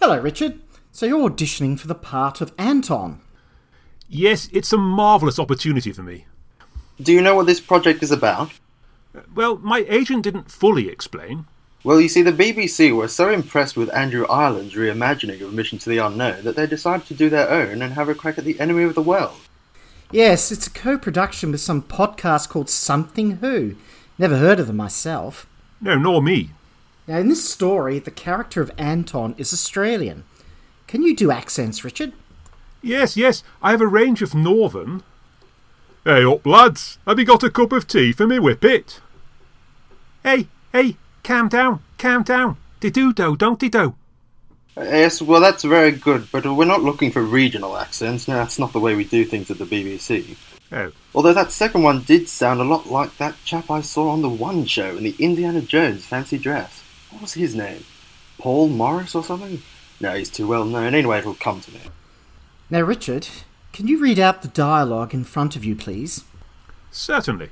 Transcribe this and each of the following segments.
Hello, Richard. So you're auditioning for the part of Anton. Yes, it's a marvellous opportunity for me. Do you know what this project is about? Well, my agent didn't fully explain. Well, you see, the BBC were so impressed with Andrew Ireland's reimagining of Mission to the Unknown that they decided to do their own and have a crack at the enemy of the world. Yes, it's a co production with some podcast called Something Who. Never heard of them myself. No, nor me. Now, in this story, the character of Anton is Australian. Can you do accents, Richard? Yes, yes, I have a range of northern. Hey up, lads, have you got a cup of tea for me whippet? Hey, hey, calm down, calm down. De do do, don't de do. Yes, well, that's very good, but we're not looking for regional accents. No, that's not the way we do things at the BBC. Oh, Although that second one did sound a lot like that chap I saw on the One Show in the Indiana Jones fancy dress. What was his name? Paul Morris or something? No, he's too well known. Anyway, it'll come to me. Now, Richard, can you read out the dialogue in front of you, please? certainly.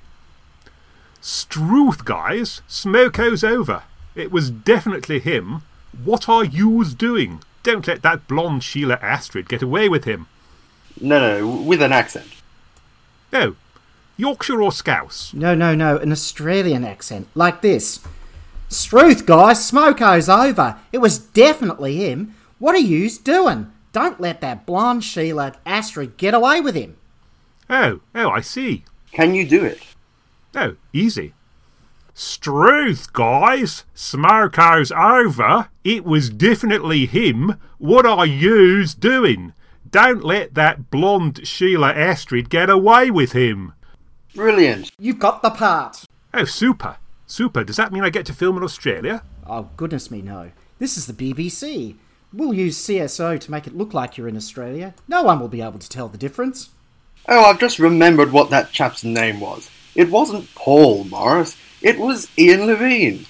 Struth, guys, Smoko's over. It was definitely him. What are yous doing? Don't let that blonde Sheila Astrid get away with him. No, no, with an accent. Oh, Yorkshire or Scouse? No, no, no, an Australian accent, like this. Struth, guys, Smoko's over. It was definitely him. What are yous doing? Don't let that blonde Sheila Astrid get away with him. Oh, oh, I see. Can you do it? Oh, easy. Struth, guys, Smoko's over. It was definitely him. What are yous doing? Don't let that blonde Sheila Astrid get away with him. Brilliant. You've got the part. Oh, super. Super. Does that mean I get to film in Australia? Oh, goodness me, no. This is the BBC. We'll use CSO to make it look like you're in Australia. No one will be able to tell the difference. Oh, I've just remembered what that chap's name was. It wasn't Paul Morris, it was Ian Levine.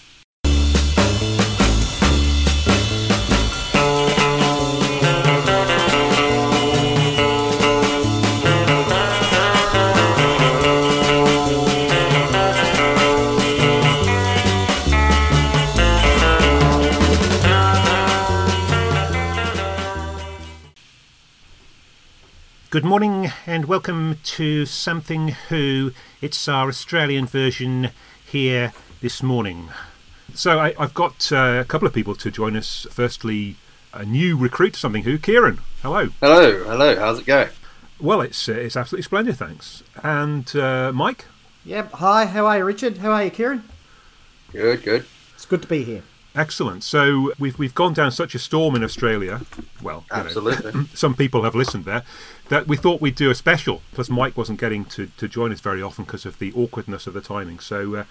Good morning and welcome to Something Who. It's our Australian version here this morning. So I, I've got uh, a couple of people to join us. Firstly, a new recruit to Something Who, Kieran. Hello. Hello, hello, how's it going? Well, it's uh, it's absolutely splendid, thanks. And uh, Mike. Yep, hi, how are you, Richard? How are you, Kieran? Good, good. It's good to be here. Excellent. So we've we've gone down such a storm in Australia. Well, you know, Absolutely. some people have listened there that we thought we'd do a special. Plus, Mike wasn't getting to, to join us very often because of the awkwardness of the timing. So, uh,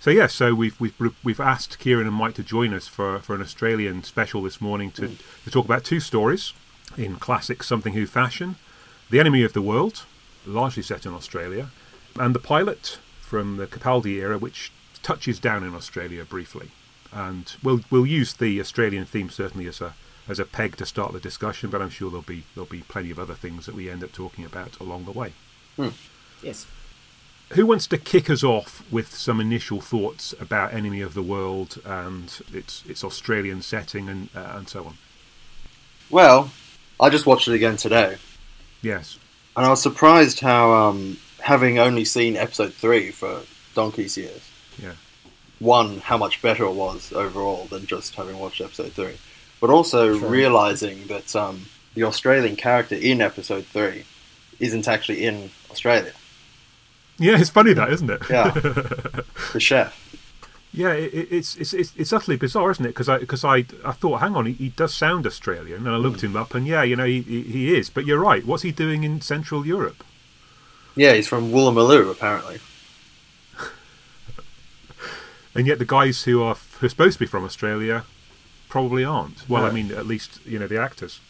so yeah, so we've we've we've asked Kieran and Mike to join us for for an Australian special this morning to to talk about two stories in classic something who fashion, the enemy of the world, largely set in Australia, and the pilot from the Capaldi era, which touches down in Australia briefly. And we'll we'll use the Australian theme certainly as a as a peg to start the discussion, but I'm sure there'll be there'll be plenty of other things that we end up talking about along the way. Yes. Who wants to kick us off with some initial thoughts about Enemy of the World and its its Australian setting and uh, and so on? Well, I just watched it again today, Yes. and I was surprised how, um, having only seen episode 3 for donkey's years, Yeah. one, how much better it was overall than just having watched episode three, but also Sure. realizing that um, the Australian character in episode three isn't actually in Australia. Yeah, it's funny that, isn't it? Yeah, the chef. Yeah, it, it- it's, it's it's it's utterly bizarre, isn't it? Because I because I I thought, hang on, he, he does sound Australian, and I looked him up, and yeah, you know, he, he he is. But you're right. What's he doing in Central Europe? Yeah, he's from Woolloomooloo apparently. and yet the guys who are who are supposed to be from Australia probably aren't. Well, I No. mean, at least you know the actors.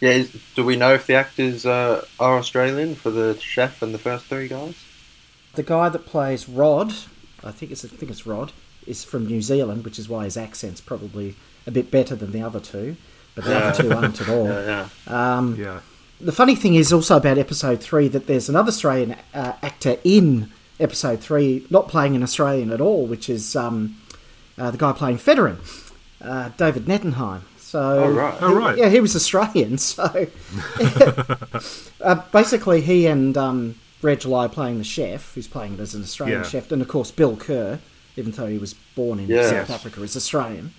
Yeah, is, do we know if the actors uh, are Australian for the chef and the first three guys? The guy that plays Rod, I think it's I think it's Rod, is from New Zealand, which is why his accent's probably a bit better than the other two. But the other two aren't at all. Yeah, Uh, yeah. Um, Yeah, The funny thing is also about episode three that there's another Australian uh, actor in episode three not playing an Australian at all, which is um, uh, the guy playing Federer, uh, David Nettenheim. So, Oh, right. Oh, right. yeah, he was Australian. So, uh, basically, he and um, Reg Lai playing the chef, who's playing it as an Australian Yeah. chef, and of course Bill Kerr, even though he was born in Yes. South Africa, is Australian.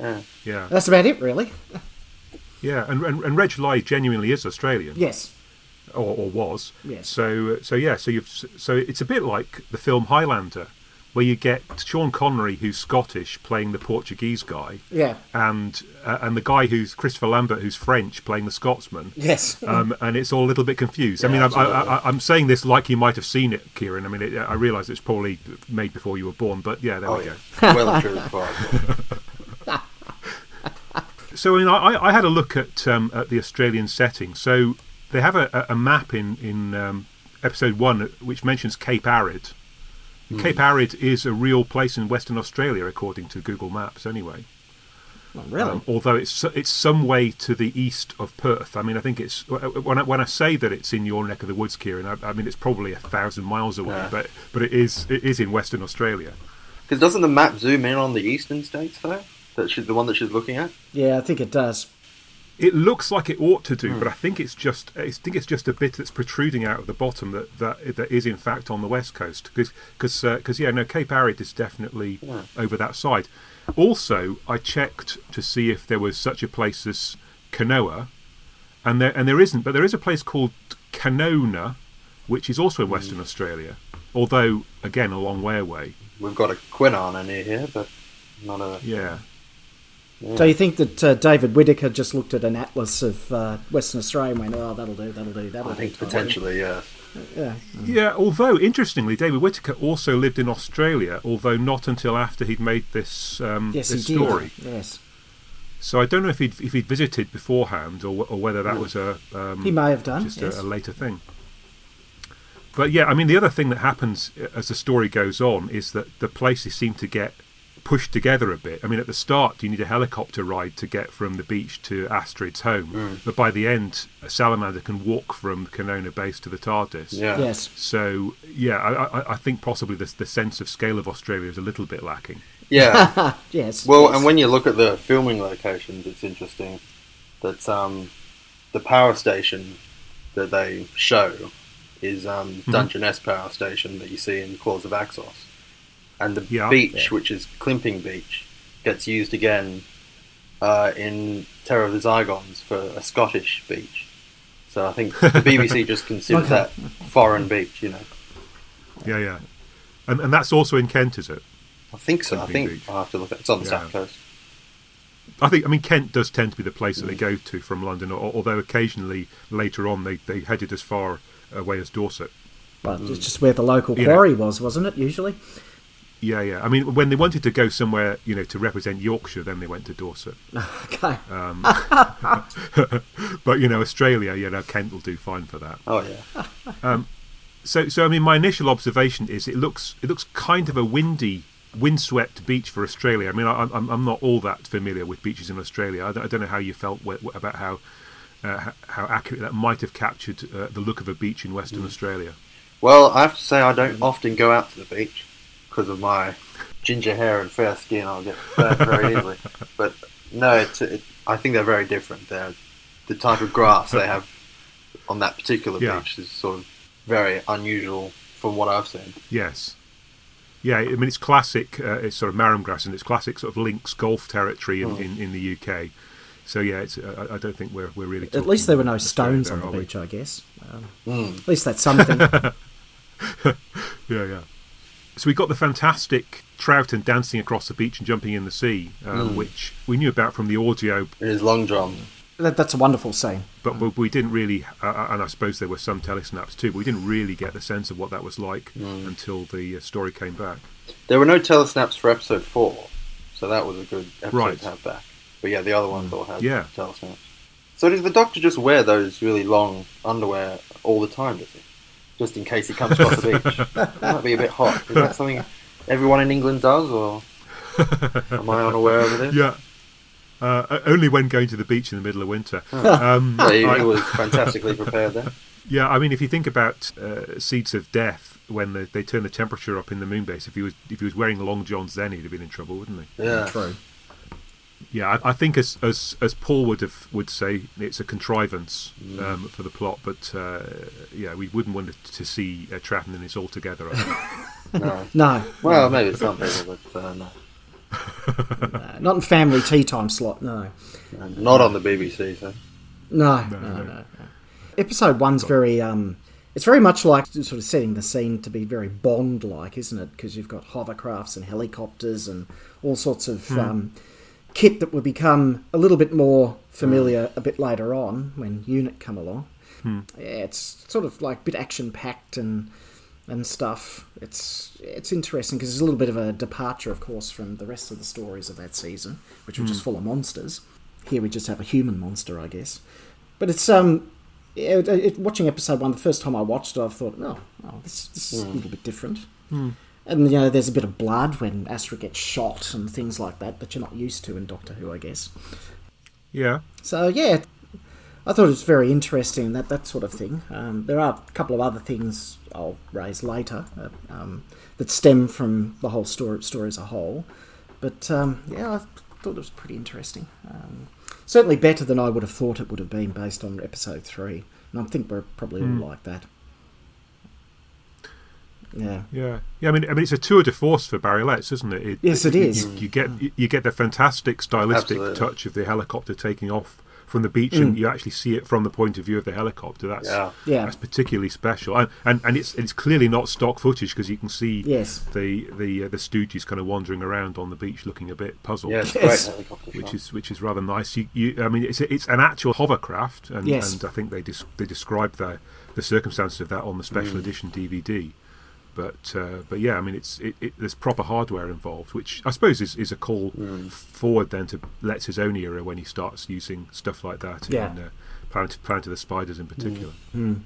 Yeah. Yeah, That's about it, really. yeah, and and, and Reg Lai genuinely is Australian, Yes. or, or was. Yes. So so yeah, so you've so it's a bit like the film Highlander, where you get Sean Connery, who's Scottish, playing the Portuguese guy, Yeah. and uh, and the guy who's Christopher Lambert, who's French, playing the Scotsman. Yes. Um, and it's all a little bit confused. I Yeah, mean, I'm, I, absolutely. I, I'm saying this like you might have seen it, Kieran. I mean, it, I realise it's probably made before you were born, but yeah, there Oh, we go. yeah. well and truly fine. So, I mean, I, I had a look at um, at the Australian setting. So they have a, a a map in in um, episode one which mentions Cape Arid. Hmm. Cape Arid is a real place in Western Australia, according to Google Maps, anyway. Not really. Um, although it's it's some way to the east of Perth. I mean, I think it's when I, when I say that it's in your neck of the woods, Kieran. I, I mean, it's probably a thousand miles away, Yeah. but but it is it is in Western Australia. Because doesn't the map zoom in on the eastern states though? That she's the one that she's looking at. Yeah, I think it does. It looks like it ought to do, but I think it's just I think it's just a bit that's protruding out of the bottom that that, that is in fact on the west coast because because yeah no Cape Arid is definitely over that side. Also, I checked to see if there was such a place as Canoa, and there and there isn't, but there is a place called Canona, which is also in Western Australia, although again a long way away. We've got a Quinana near here, but not a. Yeah. So you think that uh, David Whittaker just looked at an atlas of uh, Western Australia and went, "Oh, that'll do. That'll do. That'll I do." think Tony." potentially, yeah. Yeah. Yeah, although interestingly, David Whittaker also lived in Australia, although not until after he'd made this um, Yes, this he did. story. Yes, So I don't know if he'd if he'd visited beforehand or or whether that was a um, he may have done. just yes. a, a later thing. But yeah, I mean, the other thing that happens uh, as the story goes on is that the places seem to get pushed together a bit. I mean, at the start, you need a helicopter ride to get from the beach to Astrid's home, Mm. but by the end, Salamander can walk from Canona base to the TARDIS. Yeah. Yes. So yeah, I, I, I think possibly the the sense of scale of Australia is a little bit lacking. Yeah. Yes. Well, yes. and when you look at the filming locations, it's interesting that um, the power station that they show is um, Mm-hmm. Dungeness Power Station that you see in Claws of Axos. And the Yeah. beach, which is Climping Beach, gets used again uh, in Terror of the Zygons for a Scottish beach. So I think the BBC just considers Okay. that foreign beach, you know. Yeah, yeah, and and that's also in Kent, is it? I think so. Climping I think Beach. I'll have to look at It's on the Yeah. south coast. I think I mean Kent does tend to be the place that they go to from London, al- although occasionally later on they they headed as far away as Dorset. Well, it's just where the local Yeah. quarry was, wasn't it? Usually. Yeah, yeah. I mean, when they wanted to go somewhere, you know, to represent Yorkshire, then they went to Dorset. Okay. But you know, Australia, you know, Kent will do fine for that. Oh, yeah. So, so I mean, my initial observation is it looks it looks kind of a windy, windswept beach for Australia. I mean, I, I'm I'm not all that familiar with beaches in Australia. I don't, I don't know how you felt wh- wh- about how uh, h- how accurate that might have captured uh, the look of a beach in Mm. Western Australia. Well, I have to say I don't often go out to the beach because of my ginger hair and fair skin. I'll get burnt very easily. But no, it's, it, I think they're very different. They're the type of grass they have on that particular Yeah. beach is sort of very unusual from what I've seen. Yes. Yeah, I mean it's classic. Uh, it's sort of Marham grass, and it's classic sort of links golf territory in, Hmm. in, in the UK. So yeah, it's, uh, I I don't think we're we're really. At least there were no talking Australia stones there, on are the we? beach, I guess. Um, Hmm. At least that's something. Yeah, yeah. So we got the fantastic Troughton dancing across the beach and jumping in the sea, um, which we knew about from the audio, It is long john. that, that's a wonderful scene. but we, we didn't really. Uh, and I suppose there were some telesnaps too, but we didn't really get the sense of what that was like until the uh, story came back. There were no telesnaps for episode four, so that was a good episode Right. Mm, to have back. But yeah, the other ones all had Yeah. telesnaps. So does the Doctor just wear those really long underwear all the time, does he? Just in case he comes across the beach. That might be a bit hot. Is that something everyone in England does, or am I unaware of it? Yeah. Uh, o- only when going to the beach in the middle of winter. Um, So he, he I- was fantastically prepared there. Yeah, I mean, if you think about uh, Seeds of Death, when the, they turn the temperature up in the moon base, if he was if he was wearing long johns, then he'd have been in trouble, wouldn't he? Yeah. True. Yeah, I, I think as as as Paul would have would say, it's a contrivance Mm. um, for the plot. But uh, yeah, we wouldn't want to- to see uh, Tratton and his all together. I think. No. No, Well, maybe some people, but uh, no. no, not in family tea time slot. No, And Not on the BBC, so. no, no, no. no. no. Episode one's very um, it's very much like sort of setting the scene to be very Bond like, isn't it? Because you've got hovercrafts and helicopters and all sorts of um, kit that will become a little bit more familiar a bit later on when Unit come along. Yeah, it's sort of like a bit action packed and and stuff. It's it's interesting because it's a little bit of a departure, of course, from the rest of the stories of that season, which were just full of monsters. Here we just have a human monster, I guess. But it's um, it, it, watching episode one the first time I watched it, I thought, oh, oh this this is a little bit different. And you know, there's a bit of blood when Astra gets shot and things like that that you're not used to in Doctor Who, I guess. Yeah, So yeah, I thought it was very interesting that that sort of thing. Um, there are a couple of other things I'll raise later uh, um, that stem from the whole story, story as a whole, but um, yeah, I thought it was pretty interesting. Um, certainly better than I would have thought it would have been based on episode three, and I think we're probably all like that. Yeah. yeah, yeah. I mean, I mean, it's a tour de force for Barry Letts, isn't it? Yes, it you- is. You, you get you- you get the fantastic stylistic Mm. Absolutely. touch of the helicopter taking off from the beach, and you actually see it from the point of view of the helicopter. That's Yeah. Mm. Yeah. that's particularly special, and and, and it's it's clearly not stock footage because you can see Yes. the the uh, the Stooges kind of wandering around on the beach looking a bit puzzled. Yeah, it's a Yes. great helicopter Which shot. is which is rather nice. You, you I mean, it's a, it's an actual hovercraft, and, Yes. and I think they des- they describe the the circumstances of that on the Mm. special edition DVD. But uh, but yeah, I mean, it's it, it, there's proper hardware involved, which I suppose is, is a call Mm. forward then to Let's his own era when he starts using stuff like that. Yeah. Mm. And, uh, Planet, Planet of the Spiders in particular. And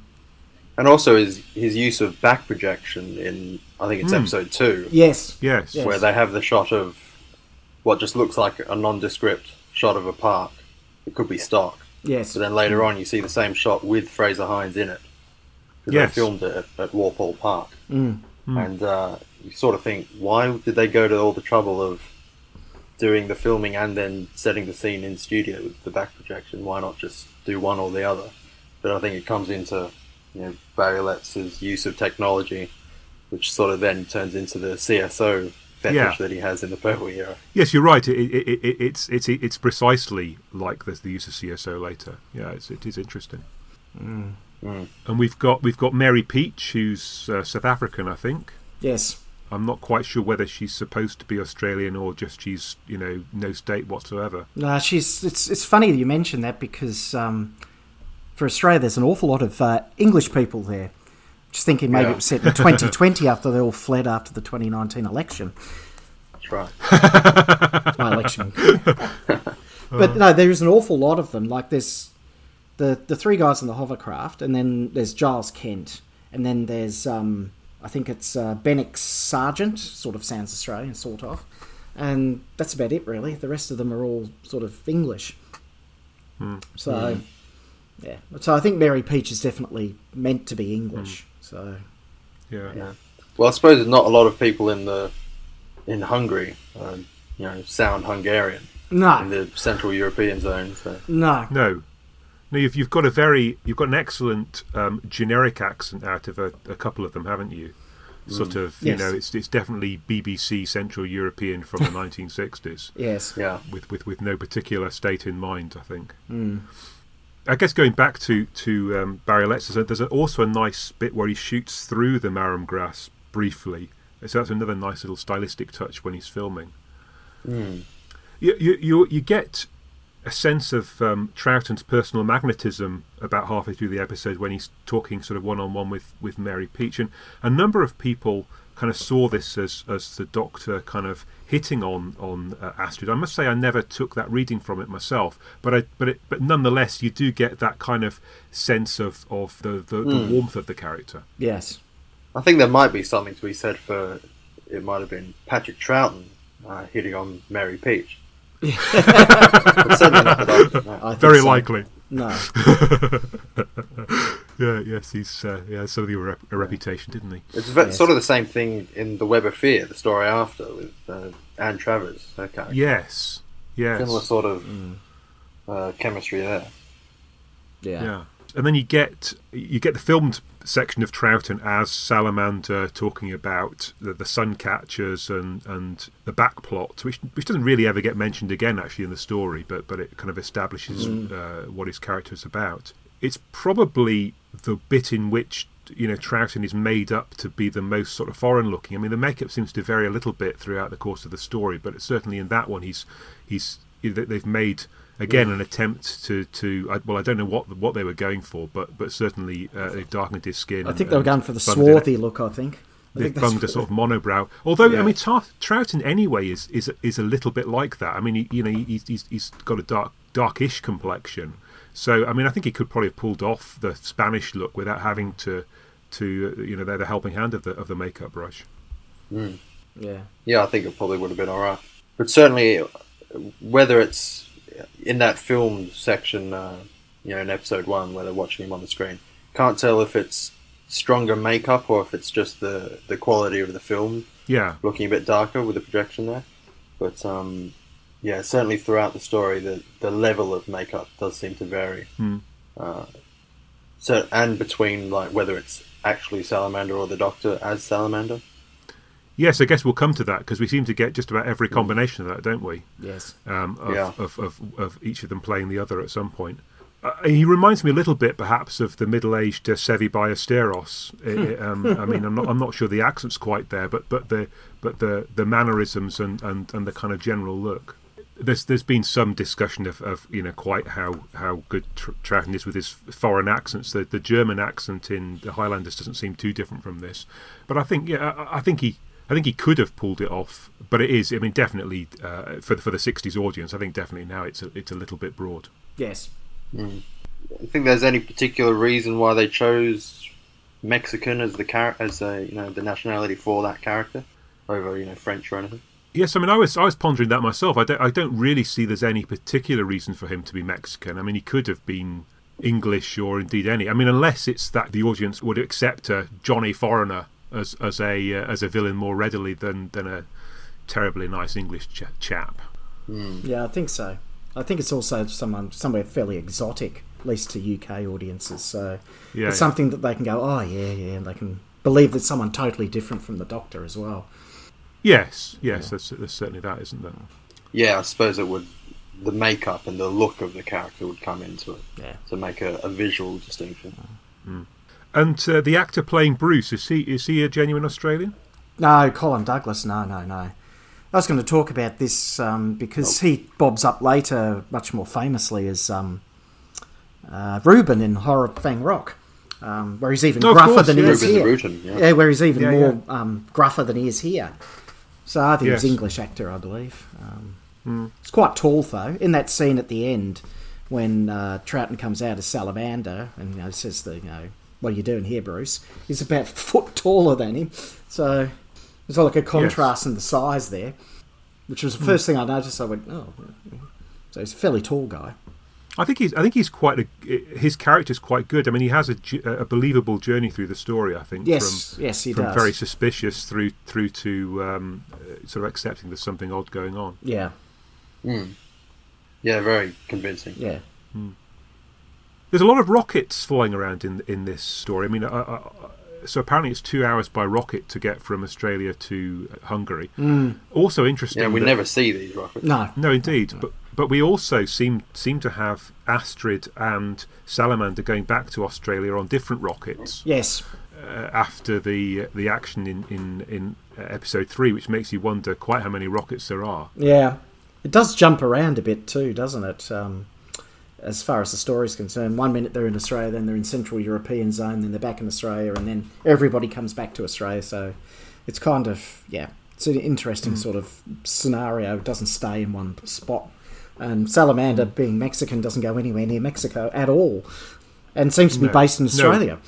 also his, his use of back projection in, I think it's episode two, Yes. Yes. Yeah. where they have the shot of what just looks like a nondescript shot of a park. It could be stock. Yes. But then later on, you see the same shot with Fraser Hines in it. Because Yes. Mm. they filmed it at, at Walpole Park. And uh, you sort of think, why did they go to all the trouble of doing the filming and then setting the scene in studio with the back projection? Why not just do one or the other? But I think it comes into you know, Barry Letts' use of technology, which sort of then turns into the CSO fetish Yeah. that he has in the Purple era. Yes, you're right. It, it, it, it- it's it's it's precisely like the, the use of CSO later. Yeah, it's, it is interesting. Mm. And we've got we've got Mary Peach, who's uh, South African, I think. Yes. I'm not quite sure whether she's supposed to be Australian or just she's you know no state whatsoever. No, she's. It's it's funny that you mention that because um, for Australia, there's an awful lot of uh, English people there. Just thinking maybe Yeah. it was set in 2020 after they all fled after the 2019 election. That's right. My election. but no, there is an awful lot of them. Like there's the the three guys in the hovercraft, and then there's Giles Kent, and then there's um, I think it's uh, Bennick Sargent, sort of sounds Australian, sort of, and that's about it really. The rest of them are all sort of English. So yeah, so I think Mary Peach is definitely meant to be English. So Yeah, Yeah. Well, I suppose there's not a lot of people in the in Hungary, um, you know, sound Hungarian in no, the Central European zone. So no, no, no. You've you've got a very you've got an excellent um, generic accent out of a, a couple of them, haven't you? Sort Mm. of, you Yes. know, it's it's definitely BBC Central European from the 1960s. yes, yeah, with, with, with no particular state in mind, I think. I guess going back to to um, Barry Letts, there's, a, there's a, also a nice bit where he shoots through the Marum grass briefly. So that's another nice little stylistic touch when he's filming. You, you, you, you get a sense of um, Troughton's personal magnetism about halfway through the episode when he's talking sort of one on one with with Mary Peach, and a number of people kind of saw this as as the Doctor kind of hitting on on uh, Astrid. I must say I never took that reading from it myself, but I but it but nonetheless you do get that kind of sense of of the the, Hmm. the warmth of the character. yes, I think there might be something to be said for it. Might have been Patrick Troughton uh, hitting on Mary Peach. But certainly not the Doctor, no. I think Very so. likely. no. Yeah. Yes. He's uh, yeah. So he had a, rep- a reputation, didn't he? It's ve- Yes. sort of the same thing in The Web of Fear, the story after with uh, Anne Travers, her character. Yes. Yes. Similar sort of uh, chemistry there. Yeah. Yeah. And then you get you get the filmed section of Troughton as Salamander talking about the, the sun catchers and, and the back plot, which which doesn't really ever get mentioned again actually in the story, but but it kind of establishes uh, what his character is about. It's probably the bit in which you know Troughton is made up to be the most sort of foreign looking. I mean, the makeup seems to vary a little bit throughout the course of the story, but certainly in that one, he's he's that they've made again an attempt to to I- well I don't know what what they were going for but but certainly uh, they've darkened his skin. I and- think they were and going for the bunged it- swarthy look. I think. I They've think that's bunged a what- sort of monobrow. Although I Yeah. mean Tar- Troughton anyway is is is a little bit like that. I mean he, you know he- he's, he's he's got a dark darkish complexion. So I mean I think he could probably have pulled off the Spanish look without having to to uh, you know they're the helping hand of the of the makeup brush. Yeah. Yeah, I think it probably would have been alright. But certainly, whether it's in that film section, uh, you know, in episode one where they're watching him on the screen, can't tell if it's stronger makeup or if it's just the, the quality of the film Yeah. looking a bit darker with the projection there. But um, yeah, certainly throughout the story, the, the level of makeup does seem to vary. Hmm. Uh, so and between like whether it's actually Salamander or the Doctor as Salamander. Yes, I guess we'll come to that because we seem to get just about every combination of that, don't we? Yes. um, of, Yeah. of, of, of each of them playing the other at some point. Uh, he reminds me a little bit, perhaps, of the middle-aged uh, Sevi Ballesteros. I- I- um, I mean, I'm not, I'm not sure the accent's quite there, but but the but the, the mannerisms and, and, and the kind of general look. There's there's been some discussion of, of you know quite how how good Tr- Troughton is with his foreign accents. The the German accent in the Highlanders doesn't seem too different from this, but I think yeah, I, I think he I think he could have pulled it off, but it is. I mean, definitely uh, for the, for the '60s audience, I think definitely now it's a, it's a little bit broad. Yes. you think there's any particular reason why they chose Mexican as the char- as a you know the nationality for that character over you know French or anything? Yes, I mean, I was I was pondering that myself. I don't I don't really see there's any particular reason for him to be Mexican. I mean, he could have been English or indeed any. I mean, unless it's that the audience would accept a Johnny foreigner as as a uh, as a villain more readily than than a terribly nice English ch- chap. Yeah, I think so. I think it's also someone somewhere fairly exotic, at least to UK audiences. So Yeah, it's yeah. something that they can go, oh yeah, yeah, and they can believe that someone totally different from the Doctor as well. Yes, yes, there's, there's certainly that, isn't there? Yeah, I suppose it would. The makeup and the look of the character would come into it Yeah. to make a, a visual distinction. And uh, the actor playing Bruce is he is he a genuine Australian? No, Colin Douglas. No, no, no. I was going to talk about this um, because Oh. he bobs up later, much more famously as um, uh, Ruben in Horror of Fang Rock, um, where he's even Oh, Of gruffer course, than yeah. he is Ruben the here. Rutan, yeah. yeah, where he's even Yeah, more Um, gruffer than he is here. So I think he's Yes. English actor, I believe. Um, He's quite tall though. In that scene at the end, when uh, Trouton comes out as Salamander and you know says the you know what are you doing here, Bruce? He's about a foot taller than him. So there's like a contrast in the size there, which was the first thing I noticed. I went, oh, so he's a fairly tall guy. I think he's. I think he's quite a. His character's quite good. I mean, he has a, ju- a believable journey through the story. I think. Yes, From, yes, he from does. very suspicious through through to um, uh, sort of accepting there's something odd going on. yeah, Yeah, very convincing. yeah, There's a lot of rockets flying around in in this story. I mean, I, I, I- so apparently it's two hours by rocket to get from Australia to Hungary. Mm. Also interesting. Yeah, we that- never see these rockets. no, No, indeed. But but we also seem seem to have Astrid and Salamander going back to Australia on different rockets. yes, uh, after the the action in in in uh, episode three, which makes you wonder quite how many rockets there are. yeah. It does jump around a bit too, doesn't it? Um, as far as the story's concerned, one minute they're in Australia, then they're in Central European Zone, then they're back in Australia, and then everybody comes back to Australia. So it's kind of yeah, it's an interesting Mm. sort of scenario. It doesn't stay in one spot. And Salamander, being Mexican, doesn't go anywhere near Mexico at all, and seems to be No. based in No. Australia.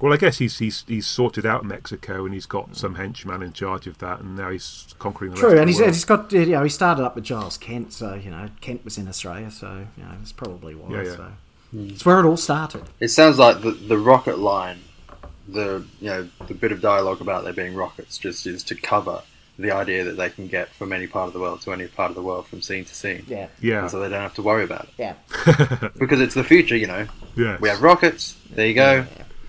Well, I guess he's he's he's sorted out Mexico and he's got some henchman in charge of that, and now he's conquering the True, rest and of he's, the and world. he's got you know he started up with Giles Kent, so you know Kent was in Australia, so you know that's probably why. Yeah, yeah. So it's where it all started. It sounds like the, the rocket line, the you know the bit of dialogue about there being rockets just is to cover the idea that they can get from any part of the world to any part of the world from scene to scene. Yeah. Yeah. And so they don't have to worry about it. Yeah. Because it's the future, you know. Yes. We have rockets, there you go.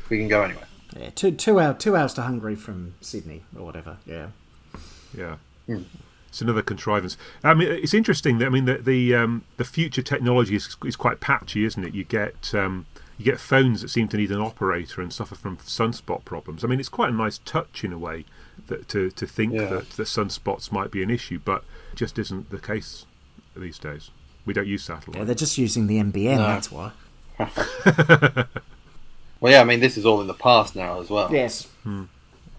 We can go anywhere. Yeah. Two two hour two hours to Hungary from Sydney or whatever. Yeah. Yeah. It's another contrivance. I mean, it's interesting that I mean the the, um, the future technology is, is quite patchy, isn't it? You get um, you get phones that seem to need an operator and suffer from sunspot problems. I mean, it's quite a nice touch in a way that to to think Yeah. that, that sunspots might be an issue, but it just isn't the case these days. We don't use Yeah, satellite. they're just using the MBN, that's why. Well, yeah, I mean, this is all in the past now as well. Oh. Yes.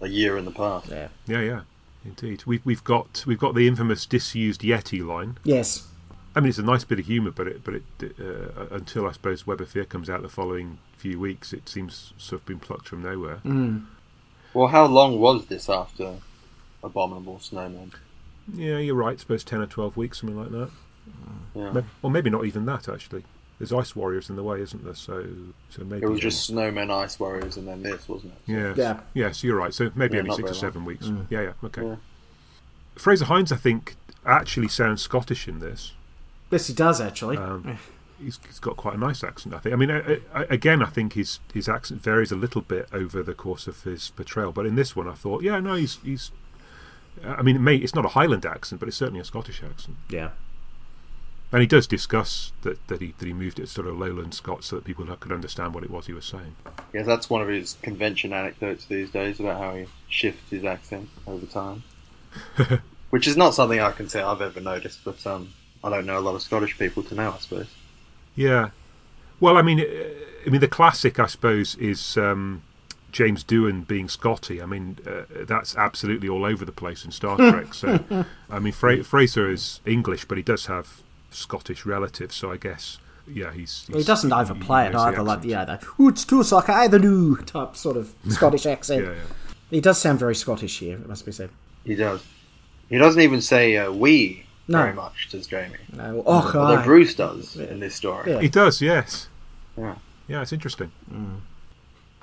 A year in the past. Yeah. Yeah, yeah, indeed. We've we've got we've got the infamous disused Yeti line. Yes. I mean, it's a nice bit of humour, but it, but it, uh, until I suppose Web of Fear comes out the following few weeks, it seems sort of been plucked from nowhere. Mm. Well, how long was this after Abominable Snowman? Yeah, you're right. I suppose ten or twelve weeks, something like that. Yeah. Or well, maybe not even that actually. There's ice warriors in the way, isn't there? So, so maybe It was just Snowmen, Ice Warriors, and then this, wasn't it? yeah, Yeah. yeah. Yes, you're right. So maybe Yeah, only not six or very long. Mm. seven weeks. Yeah, yeah. Okay. Yeah. Fraser Hines, I think, actually sounds Scottish in this. Yes, he does actually. Um, he's, he's got quite a nice accent. I think. I mean, I, I, again, I think his his accent varies a little bit over the course of his portrayal. But in this one, I thought, yeah, no, he's he's. I mean, it may, it's not a Highland accent, but it's certainly a Scottish accent. yeah. And he does discuss that, that he that he moved it sort of lowland Scots so that people could understand what it was he was saying. Yeah, that's one of his convention anecdotes these days about how he shifts his accent over time. Which is not something I can say I've ever noticed, but um, I don't know a lot of Scottish people to know, I suppose. Yeah. Well, I mean, uh, I mean, the classic, I suppose, is um, James Doohan being Scotty. I mean, uh, that's absolutely all over the place in Star Trek. So, I mean, Fra- Fraser is English, but he does have Scottish relatives. So, I guess, yeah, he's. He he's- doesn't overplay he it knows the either, like accent. yeah, the "Ooh, it's too like either do type sort of Scottish accent. Yeah, yeah. He does sound very Scottish here, it must be said. He does. He doesn't even say uh, we No. very much, does Jamie. No, oh, Although aye. Bruce does in this story. Yeah. He does, yes. Yeah. Yeah, it's interesting. Mm.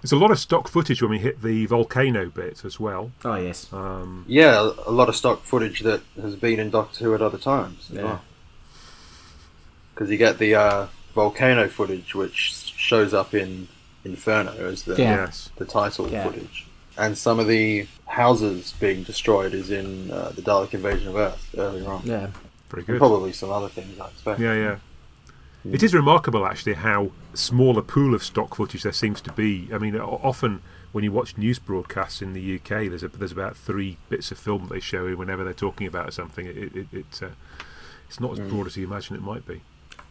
There's a lot of stock footage when we hit the volcano bit as well. Oh yes. Uh, Yeah, a lot of stock footage that has been in Doctor Who at other times. Yeah. Because you get the uh, volcano footage, which shows up in Inferno as the, Yeah. Yes. the title Yeah. footage. And some of the houses being destroyed is in uh, the Dalek Invasion of Earth earlier on. Yeah. Very good. And probably some other things, I expect. Yeah, yeah. It is remarkable, actually, how small a pool of stock footage there seems to be. I mean, o- often when you watch news broadcasts in the UK, there's a, there's about three bits of film that they show in whenever they're talking about something. It, it, it, it's, uh, it's not as broad as you imagine it might be.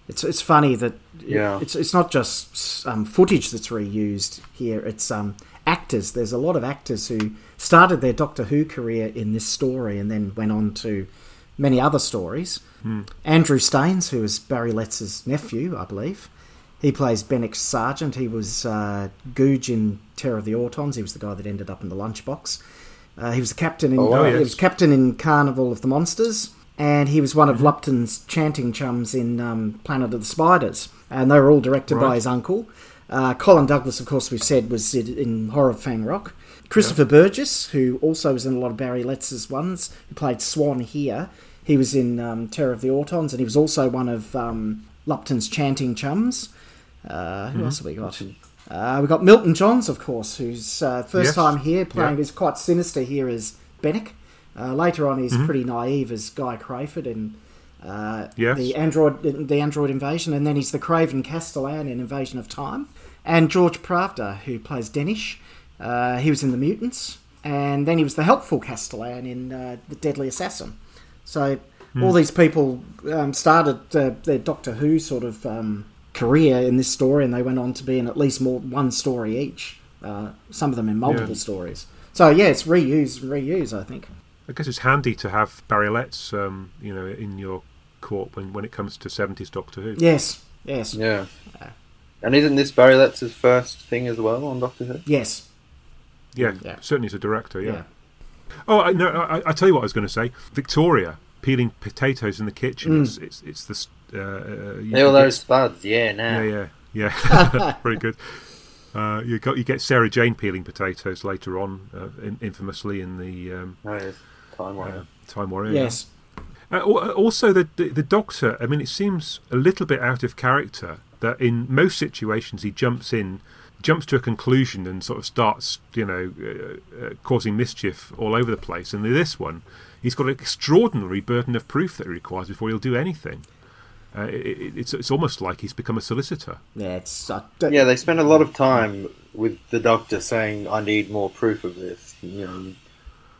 It's it's funny that Yeah. it's it's not just um, footage that's reused here. It's um, actors. There's a lot of actors who started their Doctor Who career in this story and then went on to many other stories. Andrew Staines, who is Barry Letts's nephew, I believe, he plays Benix Sargent. He was uh, Googe in Terror of the Autons. He was the guy that ended up in the lunchbox. Uh, he was the captain in Oh, wow. he was Yes. captain in Carnival of the Monsters, and he was one Mm-hmm. of Lupton's chanting chums in um, Planet of the Spiders, and they were all directed by Right. his uncle. Uh, Colin Douglas, of course, we've said was in- in Horror of Fang Rock. Christopher Burgess, who also was in a lot of Barry Letts's ones, who played Swan here. He was in um, Terror of the Autons, and he was also one of um, Lupton's chanting chums. Uh, Mm-hmm. who else have we got? Uh, we've got Milton Johns, of course, who's uh, first Yes. time here playing Yeah. is quite sinister here as Bennick. Uh, later on, he's pretty naive as Guy Crayford in uh, Yes. the android in the android invasion, and then he's the Craven Castellan in Invasion of Time, and George Pravda who plays Danish. Uh, he was in the Mutants, and then he was the helpful Castellan in uh, the Deadly Assassin. So all these people um, started uh, their Doctor Who sort of um, career in this story, and they went on to be in at least more one story each. Uh, some of them in multiple stories. So yeah, it's reuse, and reuse. I think. I guess it's handy to have Barry Letts, um, you know, in your court when, when it comes to 70s Doctor Who. Yes, yes, Yeah. And isn't this Barry Letts' first thing as well on Doctor Who? yes. Yeah, Yeah. certainly as a director, yeah. Yeah. Oh, I, no, I, I tell you what I was going to say. Victoria peeling potatoes in the kitchen. It's, it's, it's the... s- Uh, uh, you All can get- those spuds, yeah, now. Yeah, yeah, yeah. Very good. Uh, you got you get Sarah Jane peeling potatoes later on, uh, in, infamously in the um, Oh, yes. Time Warrior. Time Warrior. yeah. Yes. Uh, al- also, the, the the doctor. I mean, it seems a little bit out of character that in most situations he jumps in, jumps to a conclusion, and sort of starts, you know, uh, uh, causing mischief all over the place. And in this one, he's got an extraordinary burden of proof that he requires before he'll do anything. Uh, it, it- it's it's almost like he's become a solicitor. Yeah, it's. I Yeah. don't- they spend a lot of time with the Doctor saying, "I need more proof of this." You know,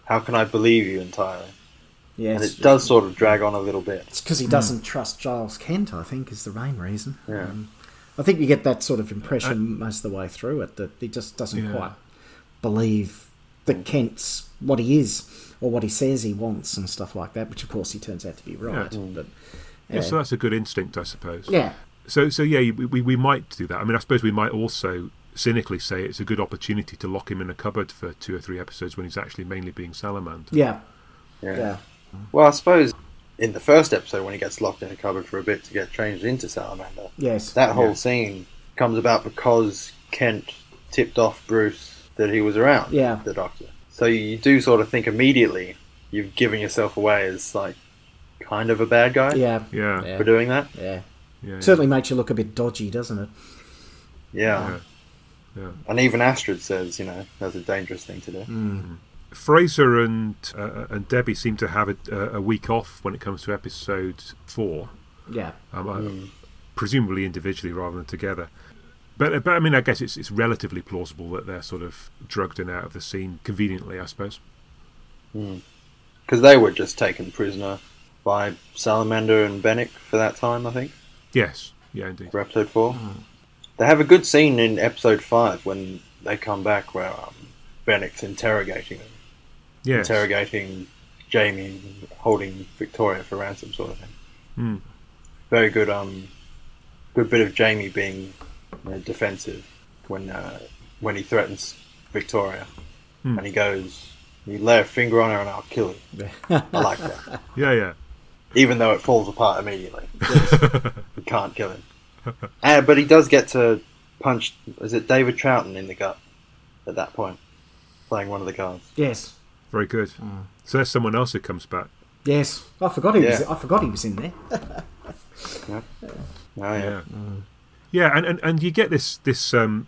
how can I believe you entirely? yeah, And it's- it does sort of drag on a little bit. It's because he Hmm. doesn't trust Giles Kent, I think, is the main reason. Yeah. Um, I think you get that sort of impression most of the way through it that he just doesn't Uh, Yeah. quite believe that Kent's what he is or what he says he wants and stuff like that, which of course he turns out to be right. Hmm. But Yeah, so that's a good instinct, I suppose. yeah, So, so yeah, we, we- we might do that. I mean, I suppose we might also cynically say it's a good opportunity to lock him in a cupboard for two or three episodes when he's actually mainly being salamander. yeah, Yeah. yeah, Well, I suppose in the first episode when he gets locked in a cupboard for a bit to get changed into Salamander, yes, that whole Yeah. scene comes about because Kent tipped off Bruce that he was around. Yeah. The Doctor. So you do sort of think immediately you've given yourself away as like kind of a bad guy yeah, Yeah, Yeah. for doing that. yeah. yeah, Certainly makes you look a bit dodgy, doesn't it? Yeah. Yeah. Yeah. And even Astrid says, you know, that's a dangerous thing to do. yeah. Fraser and uh, and Debbie seem to have a, a- a week off when it comes to episode four, Yeah, um, uh, presumably individually rather than together. But, but I mean, I guess it's it's relatively plausible that they're sort of drugged and out of the scene conveniently, I suppose. Because they were just taken prisoner by Salamander and Bennick for that time, I think. Yes, yeah, indeed. for episode four. They have a good scene in episode five when they come back where um, Bennett's interrogating them, Yes. interrogating Jamie, and holding Victoria for ransom, sort of thing. Hmm. Very good, um, good bit of Jamie being you know, defensive when uh, when he threatens Victoria, Hmm. and he goes, "You lay a finger on her, and I'll kill you." I like that, Yeah, yeah. even though it falls apart immediately. You can't kill him. Uh, but he does get to punch, is it David Troughton in the gut at that point, playing one of the guards. yes, Very good. So there's someone else who comes back. yes. I forgot he was. Yeah. I forgot he was in there. Oh, yeah. Yeah, yeah, and, and, and you get this this um,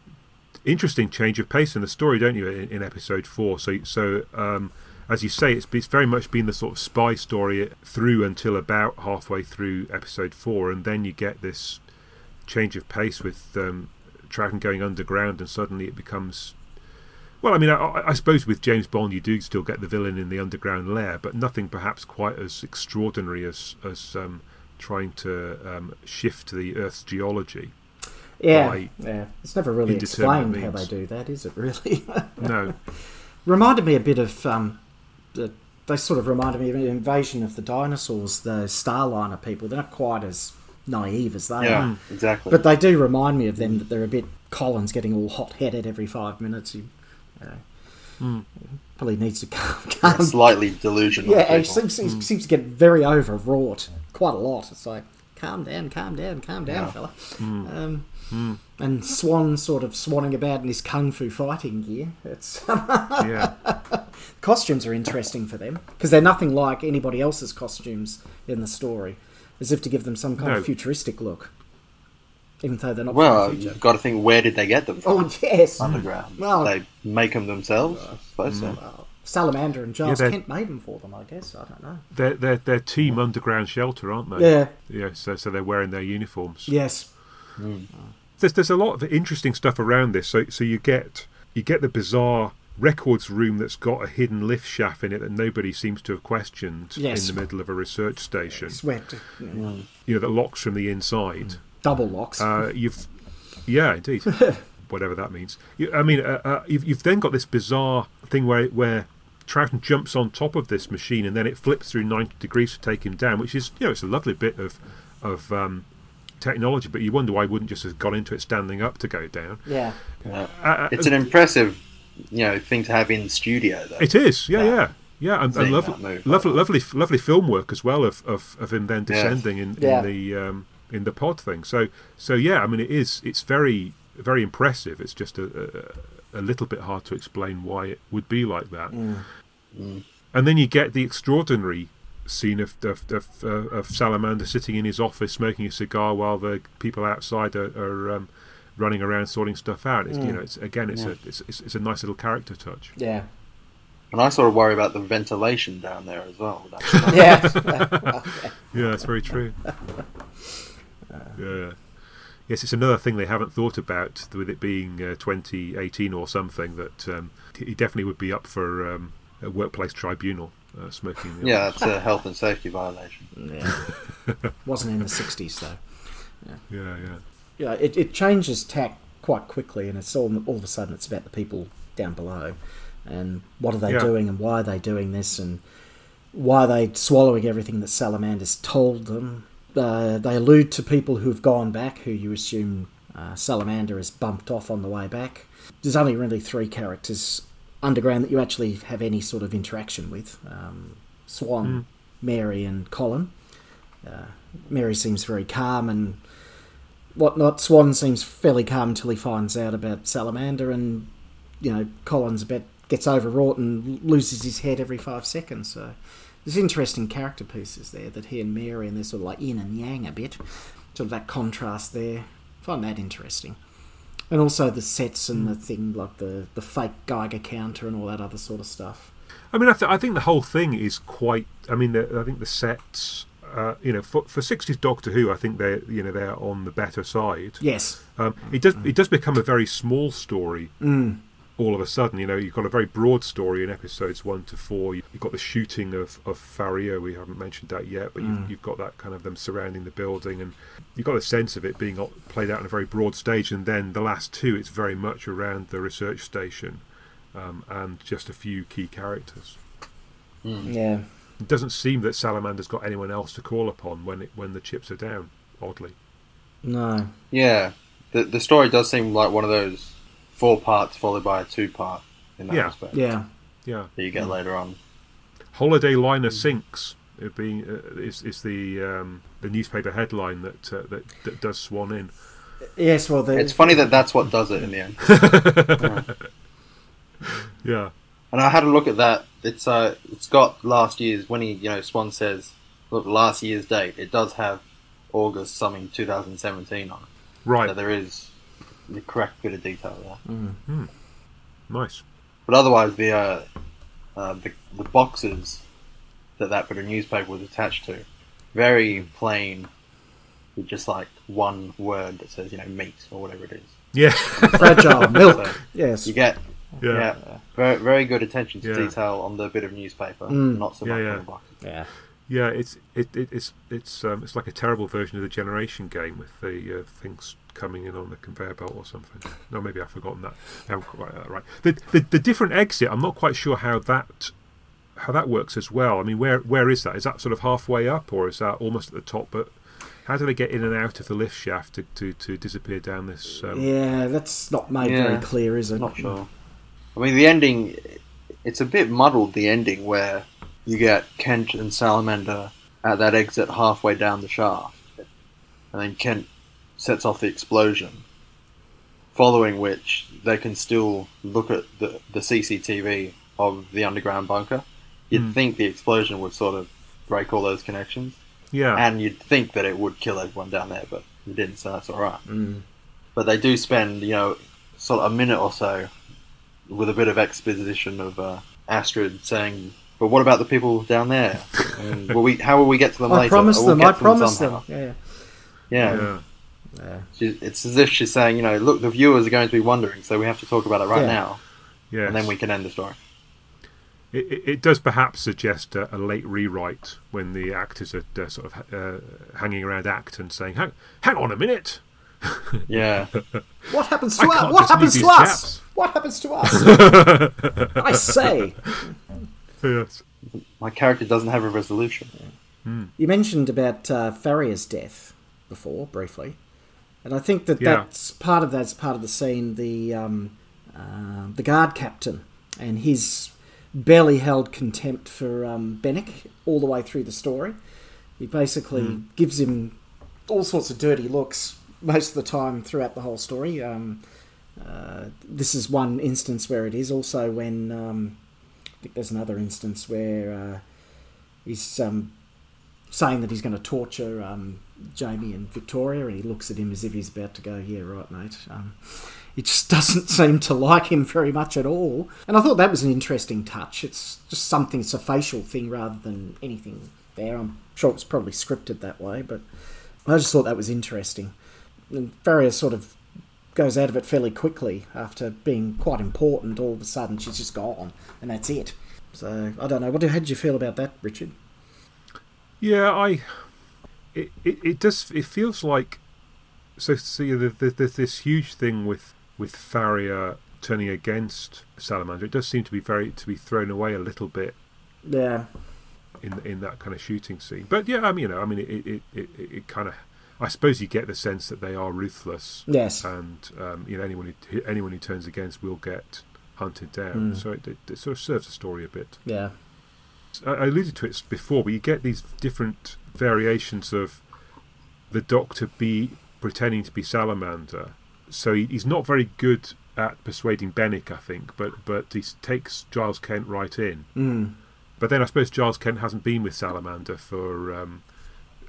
interesting change of pace in the story, don't you? In, in episode four, so so um, as you say, it's it's very much been the sort of spy story through until about halfway through episode four, and then you get this change of pace with um, Troughton going underground, and suddenly it becomes. Well, I mean, I- I, I suppose with James Bond, you do still get the villain in the underground lair, but nothing perhaps quite as extraordinary as as um, trying to um, shift the Earth's geology. Yeah, By yeah. It's never really indeterminate explained how they means. do that, is it? Really. No, reminded me a bit of um, the, they sort of reminded me of an invasion of the dinosaurs, the Starliner people. They're not quite as naive as they Yeah, Mm. are, Hmm. exactly. but they do remind me of them. That they're a bit Collins getting all hot-headed every five minutes. He uh, probably needs to calm down. They're slightly delusional. Um, Yeah, he people. seems, seems, seems to get very overwrought quite a lot. It's like, calm down, calm down, calm down, Yeah. fella. Um, And Swan sort of swanning about in his kung fu fighting gear. It's yeah, costumes are interesting for them because they're nothing like anybody else's costumes in the story, as if to give them some kind No. of futuristic look, even though they're not. Well, from the you've future. got to think where did they get them from? oh yes, Underground. Well- they make them themselves? I suppose so. Salamander and Giles Yeah, they- Kent made them for them. I guess I don't know. they're they're, they're team underground shelter, aren't they? Yeah. yeah. So so they're wearing their uniforms. Yes. there's there's a lot of interesting stuff around this. So so you get you get the bizarre records room that's got a hidden lift shaft in it that nobody seems to have questioned Yes. in the middle of a research station. Sweat. You know that locks from the Mm. inside. Double locks. Uh, you've yeah, indeed, whatever that means. You, I mean, uh, uh, you've, you've then got this bizarre thing where where Trouton jumps on top of this machine and then it flips through ninety degrees to take him down, which is you know it's a lovely bit of of um, technology, but you wonder why he wouldn't just have gone into it standing up to go down. yeah. Uh, It's an impressive, you know, thing to have in studio, though. It is, yeah, that- yeah, yeah, and, and seeing lovely, that move. lovely, lovely, lovely film work as well of, of, of him then Yeah. descending in, in Yeah. the um, in the pod thing. So so yeah, I mean it is it's very very impressive. It's Mm. just a, a, a little bit hard to explain why it would be like that. and then you get the extraordinary scene of of, of, uh, of Salamander sitting in his office smoking a cigar while the people outside are, are um, running around sorting stuff out. It's, Mm. You know, it's again, it's a it's, it's it's a nice little character touch. Yeah. And I sort of worry about the ventilation down there as well. That's- Yeah. Yeah, that's very true. yeah. Yes, it's another thing they haven't thought about with it being uh, 2018 or something that um, he definitely would be up for um, a workplace tribunal uh, smoking. in the yeah, office. it's a health and safety violation. yeah. Wasn't in the 60s, though. Yeah, yeah. Yeah, it, it changes tack quite quickly, and it's all, all of a sudden it's about the people down below. And what are they Yeah. doing, and why are they doing this, and why are they swallowing everything that Salamander's told them? Uh, they allude to people who've gone back, who you assume uh, Salamander has bumped off on the way back. There's only really three characters underground that you actually have any sort of interaction with um, Swan, Mary, and Colin. Uh, Mary seems very calm and whatnot. Swan seems fairly calm until he finds out about Salamander, and you know Collins a bit gets overwrought and loses his head every five seconds. So there's interesting character pieces there that he and Mary, and they're sort of like yin and yang a bit, sort of that contrast there. Find that interesting. And also the sets and the thing like the the fake Geiger counter and all that other sort of stuff. I mean, I, th- I think the whole thing is quite. I mean, the, I think the sets. Uh, you know, for for sixties Doctor Who, I think they're you know they're on the better side. Yes. Um, it does it does become a very small story. All of a sudden, you know, you've got a very broad story in episodes one to four. You've got the shooting of of Farrier. We haven't mentioned that yet, but you've, you've got that kind of them surrounding the building, and you've got a sense of it being o- played out on a very broad stage. And then the last two, it's very much around the research station, um, and just a few key characters. Yeah. It doesn't seem that Salamander's got anyone else to call upon when it, when the chips are down. Oddly, No. Yeah, the the story does seem like one of those four parts followed by a two part in that Yeah. respect Yeah. Mm. yeah. that you get later on. Holiday liner sinks. It being uh, is, is the um, the newspaper headline that, uh, that that does Swan in. Yes. Well, the, It's funny that that's what does it in the end. Yeah, And I had a look at that. It's uh, it's got last year's when he, you know, Swan says, "Look, last year's date." It does have August something 2017 on it, so right. there is the correct bit of detail there. Nice. But otherwise, the, uh, uh, the the boxes that that bit of newspaper was attached to, very plain, with just like one word that says, you know, meat or whatever it is. Yeah, fragile milk. So Yes. you get yeah, yeah, very very good attention to Yeah. Mm. detail on the bit of newspaper, not so Yeah, much yeah. on the boxes. Yeah. yeah. It's it, it it's it's um, it's like a terrible version of the generation game with the uh, things coming in on the conveyor belt or something. No, maybe I've forgotten that. I haven't quite that right. The, the the different exit. I'm not quite sure how that how that works as well. I mean, where where is that? Is that sort of halfway up, or is that almost at the top? But how do they get in and out of the lift shaft to, to, to disappear down this? Um, Yeah, that's not made very Yeah. clear, is it? Not sure. I mean, the ending, it's a bit muddled, the ending, where you get Kent and Salamander at that exit halfway down the shaft. And then Kent sets off the explosion, following which they can still look at the, the CCTV of the underground bunker. You'd think the explosion would sort of break all those connections, yeah, and you'd think that it would kill everyone down there, but it didn't, so that's alright but they do spend you know sort of a minute or so with a bit of exposition of uh, Astrid saying, "But what about the people down there? And will we, how will we get to them I later? promised Or we'll them. get I promised them. somehow." Yeah. Yeah, yeah, She, it's as if she's saying, you know, look, the viewers are going to be wondering, so we have to talk about it right Yeah. now, yeah. and then we can end the story. It, it- it does perhaps suggest a, a late rewrite when the actors are uh, sort of uh, hanging around act and saying, "Hang, hang on a minute." Yeah, What happens I to us? can't What just leave happens these to us? chaps. What happens to us? I say. Yes. my character doesn't have a resolution. You mentioned about uh, Farrier's death before, briefly, and I think that Yeah. that's part of that's part of the scene. The um, uh, the guard captain and his barely held contempt for um, Bennick all the way through the story. He basically gives him all sorts of dirty looks most of the time throughout the whole story. Um, uh, this is one instance where it is also when um, think there's another instance where uh, he's um, saying that he's going to torture um, Jamie and Victoria, and he looks at him as if he's about to go, "Yeah, right, mate." Um, it just doesn't seem to like him very much at all. And I thought that was an interesting touch. It's just something, it's a facial thing rather than anything there. I'm sure it's probably scripted that way, but I just thought that was interesting. And Farrier sort of goes out of it fairly quickly after being quite important. All of a sudden, she's just gone, and that's it. So I don't know. What do, how did you feel about that, Richard? Yeah, I. It, it, it does. It feels like. So, see, the, the, the, this huge thing with with Farrier turning against Salamander, it does seem to be very to be thrown away a little bit Yeah, in in that kind of shooting scene. But yeah, I mean, you know, I mean, it it, it, it, it kind of. I suppose you get the sense that they are ruthless, yes, and um, you know anyone who anyone who turns against will get hunted down. So it, it, it sort of serves the story a bit. yeah, I I alluded to it before, but you get these different variations of the Doctor be pretending to be Salamander. So he, he's not very good at persuading Bennick, I think, but but he s- takes Giles Kent right in. mm. But then I suppose Giles Kent hasn't been with Salamander for um,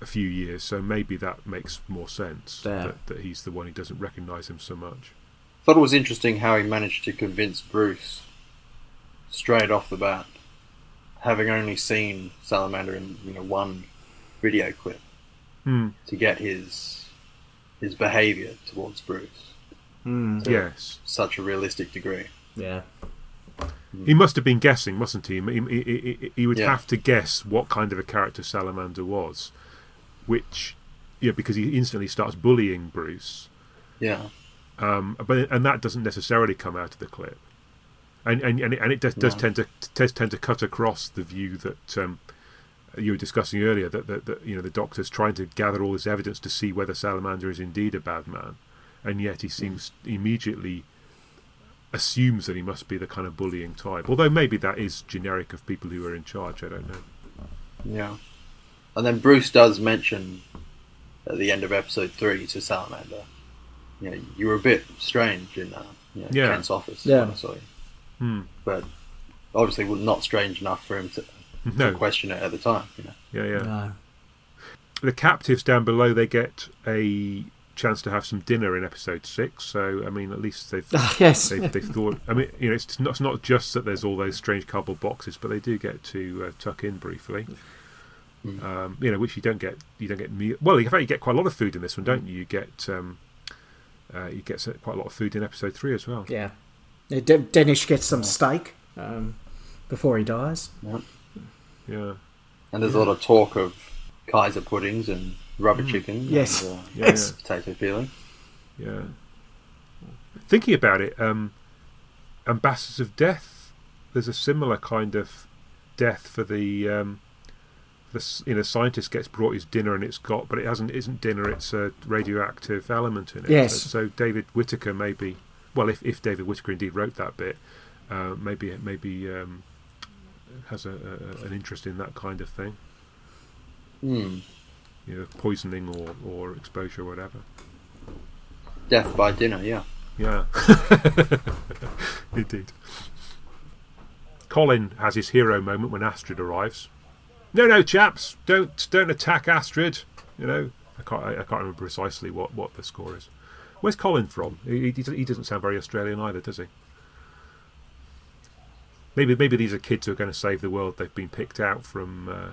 a few years, so maybe that makes more sense Yeah. that, that he's the one who doesn't recognise him so much. Thought it was interesting how he managed to convince Bruce straight off the bat, having only seen Salamander in you know one video clip, Hmm. to get his his behaviour towards Bruce Mm. Yes, such a realistic degree. yeah, he must have been guessing, mustn't he? He, he, he- he would Yeah. have to guess what kind of a character Salamander was, which yeah, because he instantly starts bullying Bruce. Yeah, Um, but and that doesn't necessarily come out of the clip, and and and it, and it does, does No. tend to does tend to cut across the view that um, you were discussing earlier that, that that you know the doctor's trying to gather all this evidence to see whether Salamander is indeed a bad man, and yet he seems immediately assumes that he must be the kind of bullying type. Although maybe that is generic of people who are in charge. I don't know. yeah. And then Bruce does mention at the end of episode three to Salamander, you know, you were a bit strange in uh, you know, Yeah. Kent's office Yeah. when I saw you, Hmm. but obviously well, not strange enough for him to to No. question it at the time. You know, Yeah. Yeah. no, the captives down below they get a chance to have some dinner in episode six so i mean at least they've Ah, yes, they've, they've thought i mean you know it's not, it's not just that there's all those strange cardboard boxes but they do get to uh, tuck in briefly um, you know which you don't get you don't get meal well in fact you get quite a lot of food in this one don't you you get um, uh, you get s- quite a lot of food in episode three as well yeah. yeah. De- Danish gets Oh. some steak um, before he dies. yeah and there's a lot of talk of Kaiser puddings and rubber chicken. yes. and, uh, Yeah, yeah. potato peeling. Yeah. Thinking about it, um, Ambassadors of Death. There's a similar kind of death for the um, the s- you know scientist gets brought his dinner and it's got, but it hasn't isn't dinner. It's a radioactive element in it. Yes. So, so David Whittaker maybe. Well, if, if David Whittaker indeed wrote that bit, uh, maybe maybe um, has a, a, an interest in that kind of thing, Hmm. you know, poisoning or, or exposure or whatever. Death by dinner. Yeah. Yeah. Indeed. Colin has his hero moment when Astrid arrives. No, no, chaps, don't don't attack Astrid. You know, I can't I, I can't remember precisely what, what the score is. Where's Colin from? He, he, doesn't- he doesn't sound very Australian either, does he? Maybe maybe these are kids who are going to save the world. They've been picked out from uh,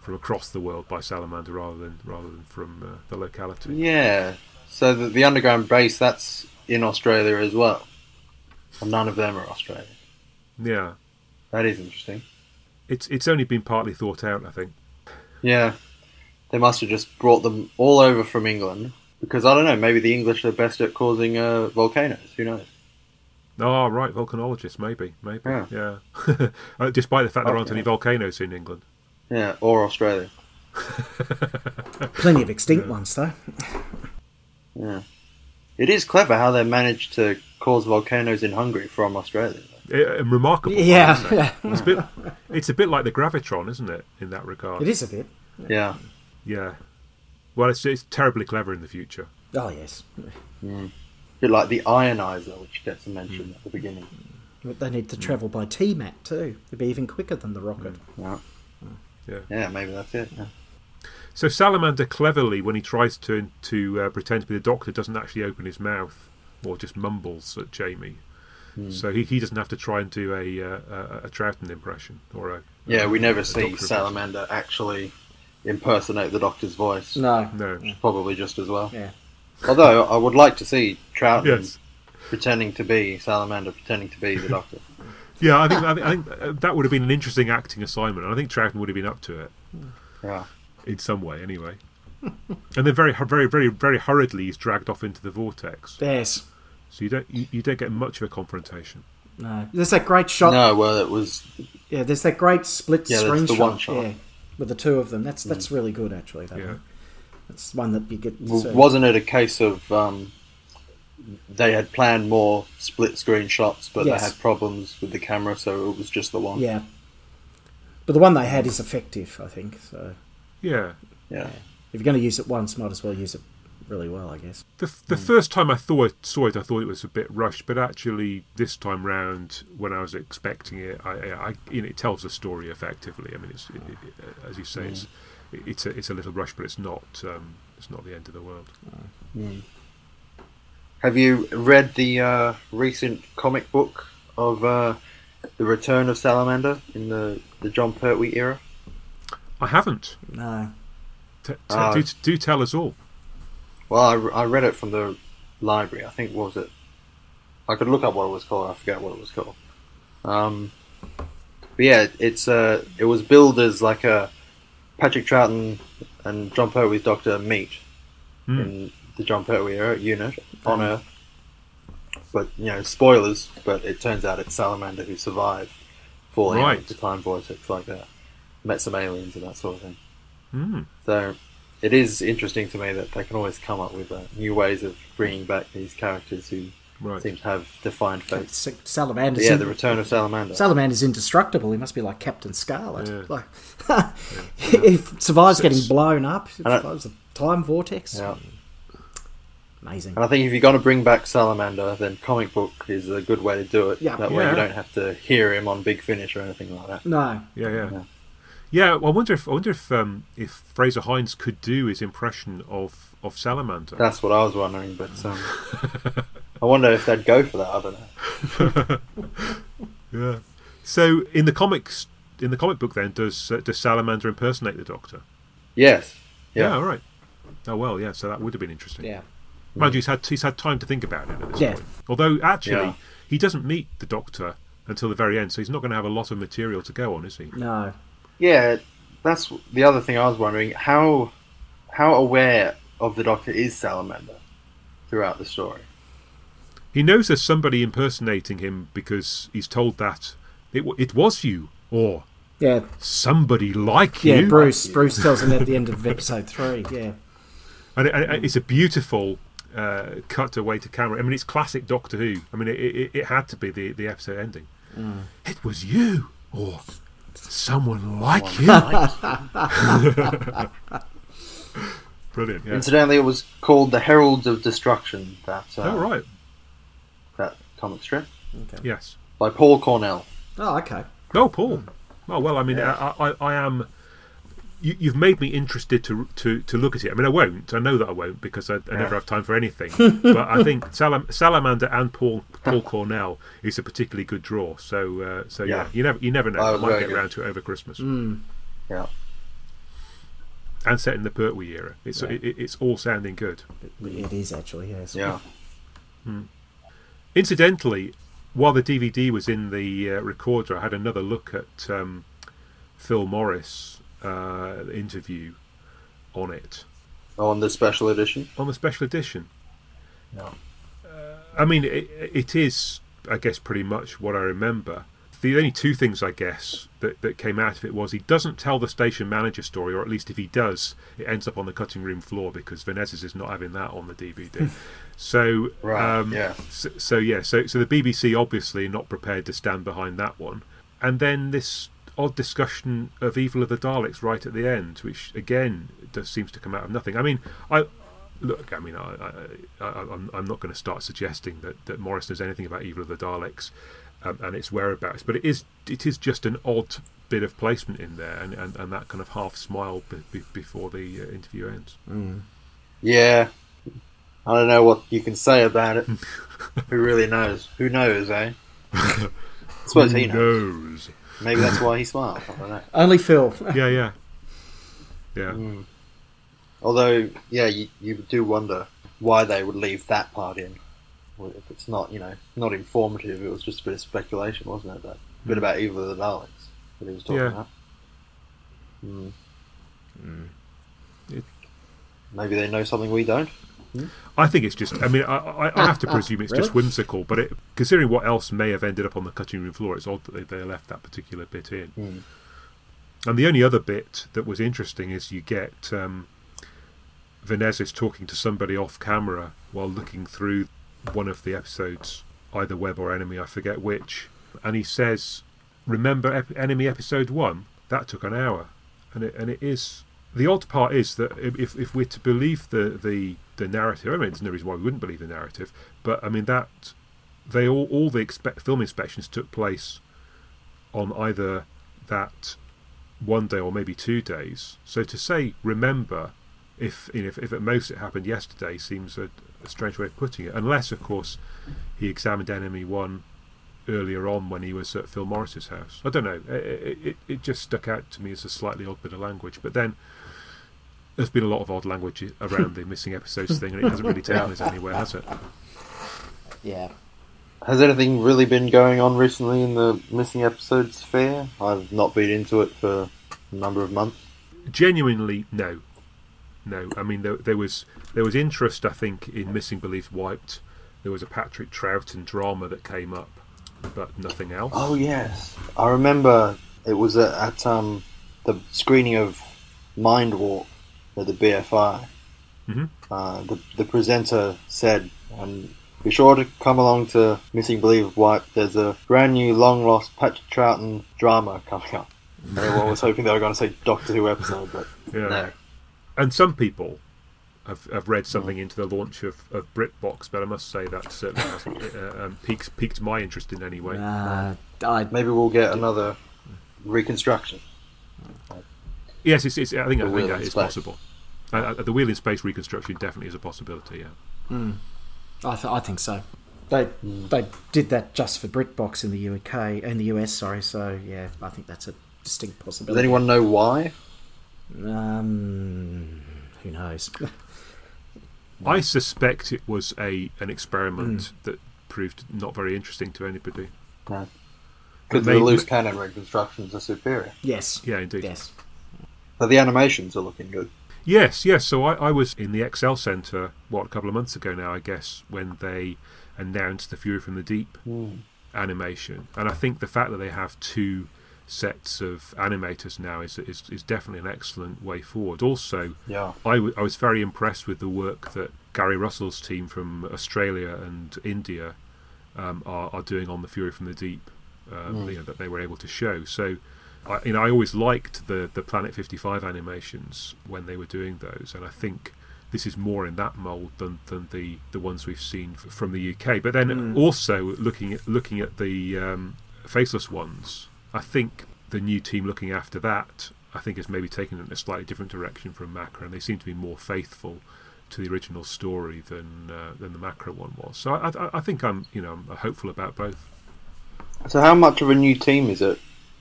from across the world by Salamander rather than rather than from uh, the locality. Yeah. So the, the underground base that's in Australia as well, and none of them are Australian. Yeah, That is interesting. it's it's only been partly thought out, I think. Yeah. They must have just brought them all over from England because I don't know. Maybe the English are best at causing uh, volcanoes. Who knows? Oh, right, volcanologists, maybe, maybe, Yeah. yeah. Uh, Despite the fact there aren't Okay. any volcanoes in England. Yeah. Or Australia. Plenty of extinct ones though. Yeah. It is clever how they managed to cause volcanoes in Hungary from Australia. I- uh, remarkable. Yeah, yeah. It's a, bit, it's a bit like the Gravitron, isn't it, in that regard? it is a bit. Yeah. Yeah. Well, it's, it's terribly clever in the future. Oh yes, Hmm. bit like the ionizer, which gets mentioned at the beginning. But they need to Hmm. travel by T-Mat too. It'd be even quicker than the rocket. Yeah. Yeah. yeah, maybe that's it. Yeah. So Salamander cleverly, when he tries to to uh, pretend to be the doctor, doesn't actually open his mouth or just mumbles at Jamie. So he, he doesn't have to try and do a uh, a, a Troughton impression or a Yeah, we never see doctor Salamander actually impersonate the Doctor's voice. No. no Hmm. Probably just as well. Yeah. Although I would like to see Trouton yes pretending to be Salamander, pretending to be the Doctor. yeah I think I think, I think uh, that would have been an interesting acting assignment and I think Troughton would have been up to it Yeah. in some way anyway. and then very hu- very very very hurriedly he's dragged off into the vortex. Yes. So you don't you, you don't get much of a confrontation. No. There's that great shot. No, well, it was Yeah. There's that great split Yeah, that's screen the shot. one shot. Hmm. Yeah. With the two of them. That's that's really good actually. That Yeah. one. That's one that you get. w- so- wasn't it a case of um, they had planned more split screen shots, but Yes. they had problems with the camera, so it was just the one. Yeah. But the one they had is effective, I think. So Yeah. yeah. if you're going to use it once, might as well use it really well, I guess. The, the first time I thought saw it, I thought it was a bit rushed, but actually this time round, when I was expecting it, I, I, I- you know, it tells the story effectively. I mean, it's it, it, as you say, it's it's a, it's a little rushed, but it's not um, it's not the end of the world. Have you read the uh, recent comic book of uh, the Return of Salamander in the, the John Pertwee era? I haven't. No. T- t- Ah. do, do tell us all. Well, I, I read it from the library. I think what was it? I could look up what it was called. I forget what it was called. Um, but yeah, it's uh, it was billed as like a Patrick Troughton and John Pertwee's Doctor meet Hmm. in the John Pertwee era unit on Earth. But you know, spoilers. But it turns out it's Salamander who survived falling Right. into time vortex like that, met some aliens and that sort of thing. Mm. So it is interesting to me that they can always come up with uh, new ways of bringing back these characters who Right. seem to have defined fates. Sa- Salamander's, But yeah, in- the return of Salamander. Salamander's indestructible. He must be like Captain Scarlet. Yeah. Like, he survives getting It's- blown up. It I- survives a time vortex. yeah. Amazing. And I think if you're going to bring back Salamander, then comic book is a good way to do it. Yeah. That way Yeah. you don't have to hear him on Big Finish or anything like that. No. Yeah, yeah, yeah. Yeah. well, I wonder if I wonder if um, if Fraser Hines could do his impression of of Salamander. That's what I was wondering, but um, I wonder if they'd go for that. I don't know. Yeah. So in the comics, in the comic book, then does uh, does Salamander impersonate the Doctor? Yes. Yeah. Yeah. all right. Oh well, yeah. So that would have been interesting. Yeah. Mind you, he's had he's had time to think about it at this Yeah. point. Although actually, Yeah. he doesn't meet the Doctor until the very end, so he's not going to have a lot of material to go on, is he? No. Yeah, that's the other thing I was wondering. How how aware of the Doctor is Salamander throughout the story? He knows there's somebody impersonating him because he's told that it w- it was you or Yeah. somebody like Yeah. you. Bruce. Bruce tells him at the end of episode three. Yeah. and it, and it's a beautiful uh, cut away to camera. I mean, it's classic Doctor Who. I mean, it, it, it had to be the, the episode ending. Mm. It was you or someone like you. Brilliant. Yeah. Incidentally, it was called the Heralds of Destruction. That uh, Oh right. that comic strip Yes. by Paul Cornell. Oh, okay. Oh, Paul. Oh well. I mean, I, I, I am. You, you've made me interested to, to to look at it. I mean, I won't. I know that I won't because I, I never have time for anything. but I think Salam, Salamander and Paul Paul Cornell is a particularly good draw. So uh, so yeah. Yeah. you never you never know. Oh, it I was might very get good. round to it over Christmas. Yeah, And set in the Pertwee era. It's it, it- it's all sounding good. It is actually. Yes. yeah, Incidentally, while the DVD was in the uh, recorder, I had another look at um, Phil Morris uh, interview on it. on the special edition. on the special edition. No. I mean, it, it is, I guess, pretty much what I remember. The only two things, I guess, that, that came out of it was he doesn't tell the station manager story, or at least if he does, it ends up on the cutting room floor because Vanessa's is not having that on the DVD. so, Right, um, yeah. So, so yeah, so so the BBC obviously not prepared to stand behind that one, and then this odd discussion of Evil of the Daleks right at the end, which again does seems to come out of nothing. I mean, I look, I mean, I, I, I, I'm, I'm not going to start suggesting that, that Morris knows anything about Evil of the Daleks um, and its whereabouts, but it is it is just an odd bit of placement in there, and, and, and that kind of half smile b- b- before the uh, interview ends. Yeah. I don't know what you can say about it. Who really knows? Who knows, eh? I suppose he Who knows. knows? Maybe that's why he smiled. I don't know. Only Phil. Yeah, yeah, yeah. Although, yeah, you, you do wonder why they would leave that part in. Well, If it's not, you know, not informative, it was just a bit of speculation, wasn't it? That bit about Evil of the Daleks that he was talking Mm. Yeah. about. Mm. Mm. It- Maybe they know something we don't. I think it's just. I mean, I, I, I have to presume it's just Really? whimsical, but it, considering what else may have ended up on the cutting room floor, it's odd that they, they left that particular bit in. And the only other bit that was interesting is you get um, Vanessa is talking to somebody off camera while looking through one of the episodes, either Web or Enemy, I forget which, and he says, "Remember ep- Enemy episode one? That took an hour." and it, and it is the odd part is that if if- if we're to believe the the the narrative, I mean, there's no reason why we wouldn't believe the narrative, but I mean that they all all the expe- film inspections took place on either that one day or maybe two days. So to say remember, if you know, if, if at most it happened yesterday, seems a, a strange way of putting it. Unless of course he examined enemy one earlier on when he was at Phil Morris's house. I don't know. It, it, it just stuck out to me as a slightly odd bit of language. But then there's been a lot of odd language i- around the missing episodes thing, and it hasn't really taken us anywhere, has it? yeah. Has anything really been going on recently in the missing episodes sphere? I've not been into it for a number of months. Genuinely, no, no. I mean, there, there was there was interest, I think, in Missing Belief Wiped. There was a Patrick Troughton drama that came up, but nothing else. Oh yes, I remember it was at, at um, the screening of Mind Walk at the BFI. Mhm. Uh, the the presenter said, um, "Be sure to come along to Missing Believe White. There's a brand new long lost Patrick Troughton drama coming up." Everyone was hoping they were going to say Doctor Who episode, but Yeah. no. and some people have, have Oh. read something into the launch of, of BritBox, but I must say that certainly hasn't uh, um, piqued, piqued my interest in any way. Uh, I, Maybe we'll get another reconstruction. Yes, it's, it's, I think, I The think Wheel that in is Space. possible. Uh, Uh, the Wheel in Space reconstruction definitely is a possibility, yeah. I, th- I think so. They they did that just for BritBox in the UK in the US. Sorry, so yeah, I think that's a distinct Does possibility. anyone know why? Um, who knows? I suspect it was a an experiment Hmm. that proved not very interesting to anybody. No. Because the Maybe- loose cannon reconstructions are superior, yes. Yeah, indeed. Yes. but the animations are looking good. Yes, yes. So I, I was in the Excel Centre, what, a couple of months ago now, I guess, when they announced the Fury from the Deep animation. And I think the fact that they have two sets of animators now is, is, is definitely an excellent way forward. Also, Yeah. I, w- I was very impressed with the work that Gary Russell's team from Australia and India um, are, are doing on the Fury from the Deep, um, you know, that they were able to show. So, I, you know, I always liked the the Planet 55 animations when they were doing those, and I think this is more in that mould than, than the, the ones we've seen f- from the UK. But then also looking at looking at the um, faceless ones, I think the new team looking after that, I think has maybe taken it in a slightly different direction from Macra, and they seem to be more faithful to the original story than uh, than the Macra one was. So I, I, I think I'm you know I'm hopeful about both. So how much of a new team is it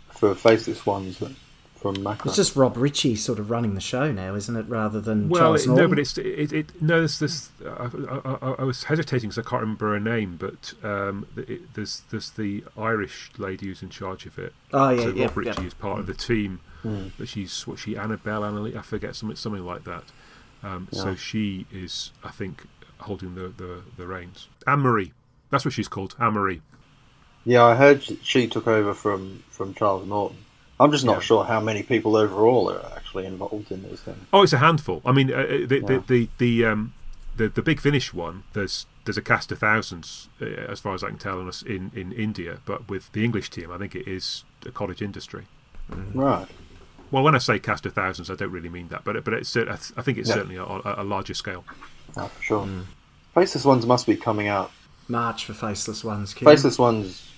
for faceless ones that- from Macro? It's just Rob Ritchie sort of running the show now, isn't it? Rather than Well, Charles it, no, Norton? but it's it, it no. There's this. I, I, I, I was hesitating because I can't remember her name, but um, th- it, there's there's the Irish lady who's in charge of it. Oh, yeah, so yeah, Mm. Rob Ritchie yeah. is part of the team, but she's what she Annabelle Annalie, I forget something something like that. Um, So Yeah. she is, I think, holding the the, the reins. Anne Marie, that's what she's called, Anne Marie. yeah, I heard sh- she took over from from Charles Norton. I'm just not Yeah. sure how many people overall are actually involved in these things. Oh, it's a handful. I mean, uh, uh, the, Yeah. the the the um the the big finish one. There's there's a cast of thousands, uh, as far as I can tell, in us in in India. But with the English team, I think it is a cottage industry. Right. Well, when I say cast of thousands, I don't really mean that, but it- but it's cer- I th- I think it's No. certainly a, a a larger scale. No, for sure. Faceless ones must be coming out. March for Faceless Ones, Kieran. Faceless ones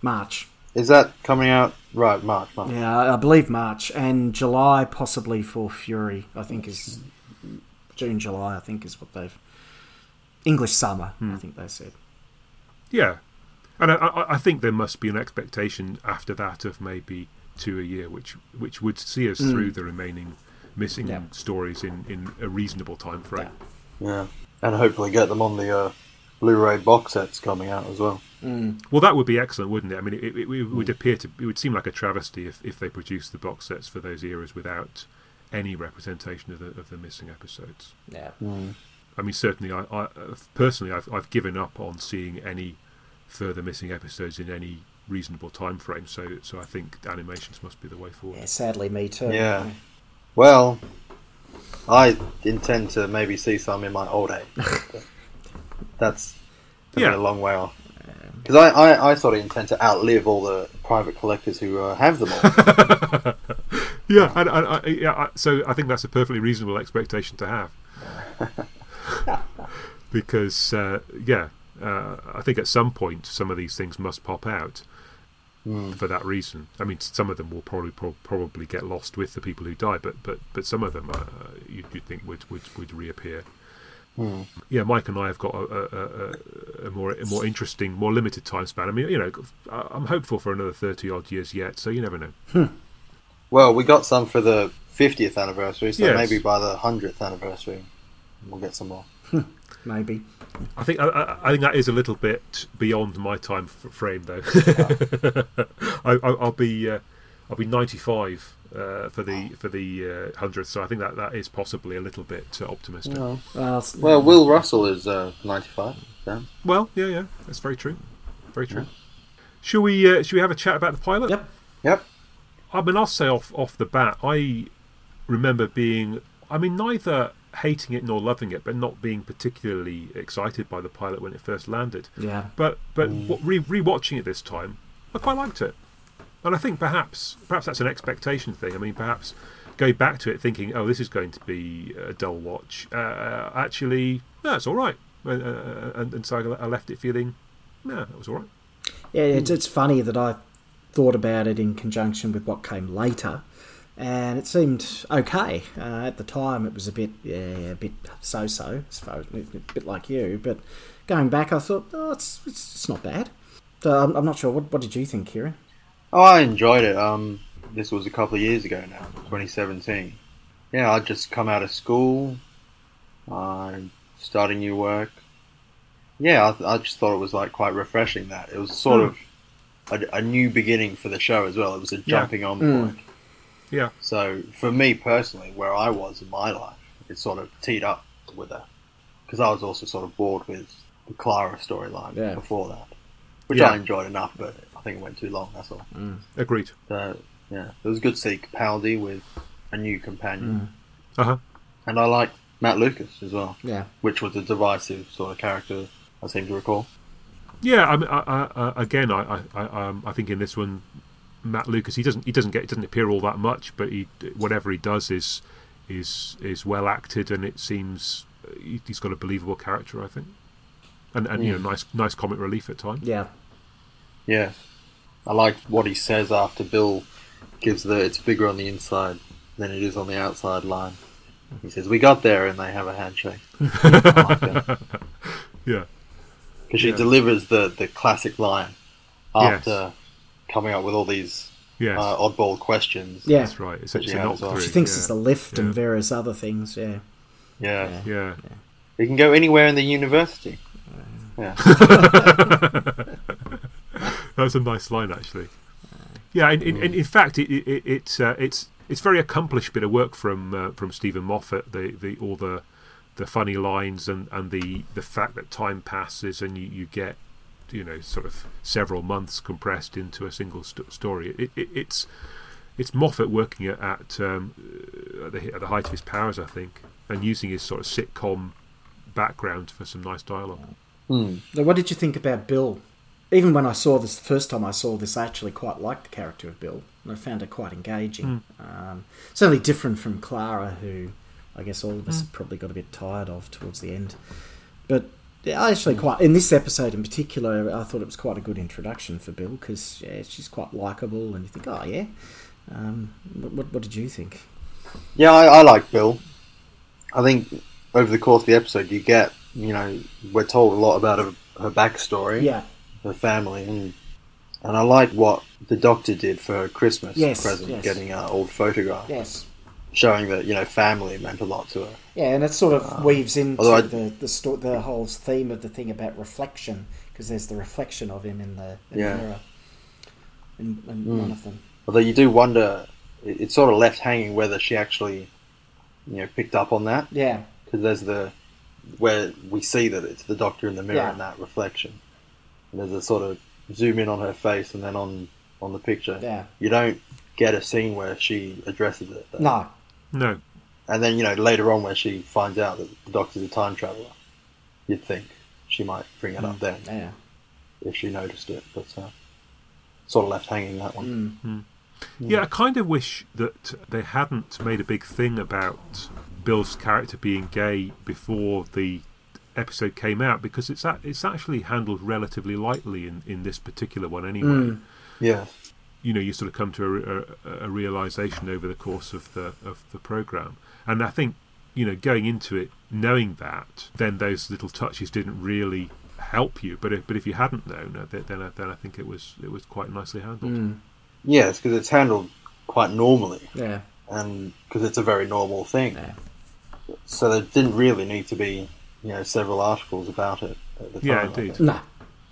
March. is that coming out right March? March. Yeah, I- I believe March and July possibly for Fury. I think is June, July. I think is what they've English summer. Hmm. I think they said. Yeah, and I, I, I think there must be an expectation after that of maybe two a year, which which would see us through the remaining missing Yeah. stories in, in a reasonable time frame. Yeah. And hopefully get them on the uh, Blu-ray box sets coming out as well. Well, that would be excellent, wouldn't it? I mean, it, it, it would appear to it would seem like a travesty if, if they produced the box sets for those eras without any representation of the of the missing episodes. Yeah. I mean, certainly, I, I personally, I've, I've given up on seeing any further missing episodes in any reasonable time frame. So, so I think animations must be the way forward. Yeah. Sadly, me too. Yeah. Well, I intend to maybe see some in my old age. That's gonna be Yeah. a long way off. Because I, I, I sort of intend to outlive all the private collectors who uh, have them all. Yeah, and, and, I yeah. I, so I think that's a perfectly reasonable expectation to have, because uh, yeah, uh, I think at some point some of these things must pop out for that reason. I mean, some of them will probably prob- probably get lost with the people who die, but but but some of them uh, you'd, you'd think would would, would reappear. Yeah, Mike and I have got a, a, a, a more a more interesting, more limited time span. I mean, you know, I- I'm hopeful for another thirty odd years yet, so you never know. well, we got some for the 50th anniversary, so Yes. maybe by the 100th anniversary, we'll get some more. Maybe. I think I- I, I think that is a little bit beyond my time f- frame, though. I, I, I'll be uh, I'll be ninety five uh, for the for the uh, hundredth, so I think that, that is possibly a little bit uh, optimistic. Well, it's- Well, Will Russell is uh, 95. So. Well, yeah, yeah, that's very true, very true. Shall we uh, shall we have a chat about the pilot? Yep. Yep. I mean, I'll say off off the bat, I remember being, I mean, neither hating it nor loving it, but not being particularly excited by the pilot when it first landed. Yeah. But but what, re rewatching it this time, I quite liked it, and I think perhaps perhaps that's an expectation thing. I mean, perhaps go back to it thinking, oh, this is going to be a dull watch. Uh, actually, no, it's all right. And, uh, and, and so I- I left it feeling, no, it was all right. Yeah, it's, it's funny that I thought about it in conjunction with what came later, and it seemed okay uh, at the time. It was a bit, yeah, a bit so-so, as far as, a bit like you. But going back, I thought, oh, it's it's, it's not bad. So I'm, I'm not sure. What what did you think, Kieran? Oh, I enjoyed it. Um, this was a couple of years ago now, 2017. Yeah, I'd just come out of school, uh, starting new work. Yeah, I, th- I just thought it was like quite refreshing that it was sort Hmm. of a, a new beginning for the show as well. It was a jumping on point. Yeah. So for me personally, where I was in my life, it sort of teed up with her because I was also sort of bored with the Clara storyline Yeah. before that, which Yeah. I enjoyed enough, but I think it went too long. That's all. Agreed. So yeah, it was good to see Capaldi with a new companion, Uh huh. and I like Matt Lucas as well, Yeah, which was a divisive sort of character. I seem to recall. Yeah, I mean, I, I, I, again, I, I- I, um, I think in this one, Matt Lucas, he doesn't, he doesn't get, he doesn't appear all that much, but he, whatever he does is, is, is well acted, and it seems he- he's got a believable character, I think, and and Hmm. you know, nice, nice comic relief at times. yeah, Yes, I like what he says after Bill gives the it's bigger on the inside than it is on the outside line. He says we got there, and they have a handshake. Because Yeah, she Yeah. delivers the the classic line Yes. after coming up with all these yes, uh, oddball questions. oh, yeah. that's right. It's, it's Yeah, a knock as well. through. She She thinks yeah. it's the lift Yeah. and various other things. Yeah, yeah. Yeah. yeah. You can go anywhere in the university. Yeah. That was a nice line, actually. Yeah, in, in, in, in fact, it, it, it, it's uh, it's it's very accomplished bit of work from uh, from Stephen Moffat. The, the all the the funny lines and, and the, the fact that time passes and you, you get you know sort of several months compressed into a single st- story. It, it, it's it's Moffat working at at, um, uh, at, the, at the height of his powers, I think, and using his sort of sitcom background for some nice dialogue. Hmm. Now, what did you think about Bill? Even when I saw this the first time, I saw this. I actually quite liked the character of Bill, and I found her quite engaging. Um, certainly different from Clara, who I guess all of us have probably got a bit tired of towards the end. But yeah, actually, quite in this episode in particular, I thought it was quite a good introduction for Bill because yeah, she's quite likable, and you think, oh yeah. Um, what, what, what did you think? Yeah, I, I like Bill. I think over the course of the episode, you get you know we're told a lot about her, her backstory, Yeah, her family, and and I like what the doctor did for her Christmas Yes, present, yes. getting her old photograph, yes. showing that you know family meant a lot to her. Yeah, and it sort of weaves into Um, although I- the the, sto- the whole theme of the thing about reflection because there's the reflection of him in the, in Yeah. the mirror in, in Mm. one of them. Although you do wonder, it, it's sort of left hanging whether she actually you know picked up on that Yeah, because there's the where we see that it's the doctor in the mirror Yeah. in that reflection. And there's a sort of zoom in on her face and then on on the picture. yeah. You don't get a scene where she addresses it. though. No, No, And then, you know, later on where she finds out that the doctor's a time traveler, you'd think she might bring Mm. it up then yeah. if she noticed it. But uh, sort of left hanging that one. Mm. Yeah, I kind of wish that they hadn't made a big thing about Bill's character being gay before the episode came out because it's a- it's actually handled relatively lightly in, in this particular one anyway. Mm. Yeah. You know, you sort of come to a re- a, a realization over the course of the of the program, and I think you know going into it knowing that, then those little touches didn't really help you. But if, but if you hadn't known, uh, then then I, then I think it was it was quite nicely handled. Mm. Yeah, it's because it's handled quite normally Yeah, and because it's a very normal thing. Yeah. So there didn't really need to be, you know, several articles about it at the time. Yeah, I indeed. think. no,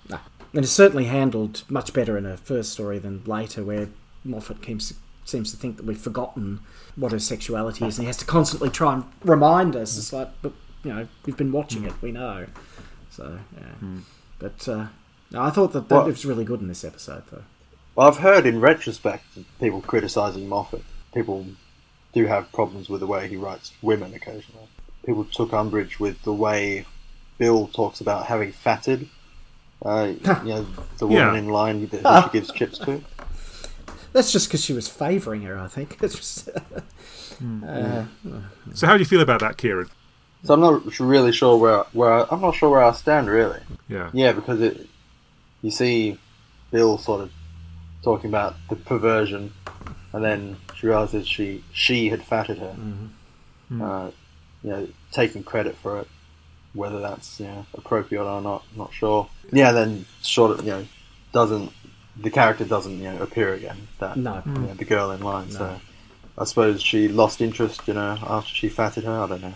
no. And it's certainly handled much better in her first story than later, where Moffat seems seems to think that we've forgotten what her sexuality is, and he has to constantly try and remind us. It's like, but you know, we've been watching it, we know. So yeah, but uh, no, I thought that, that Well- it was really good in this episode, though. Well, I've heard in retrospect people criticising Moffat. People do have problems with the way he writes women occasionally. People took umbrage with the way Bill talks about having fatted, uh, you know, the woman Yeah. in line that she gives chips to. That's just because she was favouring her, I think. It's just, uh, So how do you feel about that, Kieran? So I'm not really sure where where I, I'm not sure where I stand really. Yeah. Yeah, because it you see Bill sort of talking about the perversion, and then she realizes she she had fatted her. Mm-hmm. Uh, you know, taking credit for it, whether that's you know, appropriate or not, not sure. Yeah, then sort of you know doesn't the character doesn't you know appear again. That No. you know, the girl in line. No. So I suppose she lost interest in her after she fatted her. I don't know.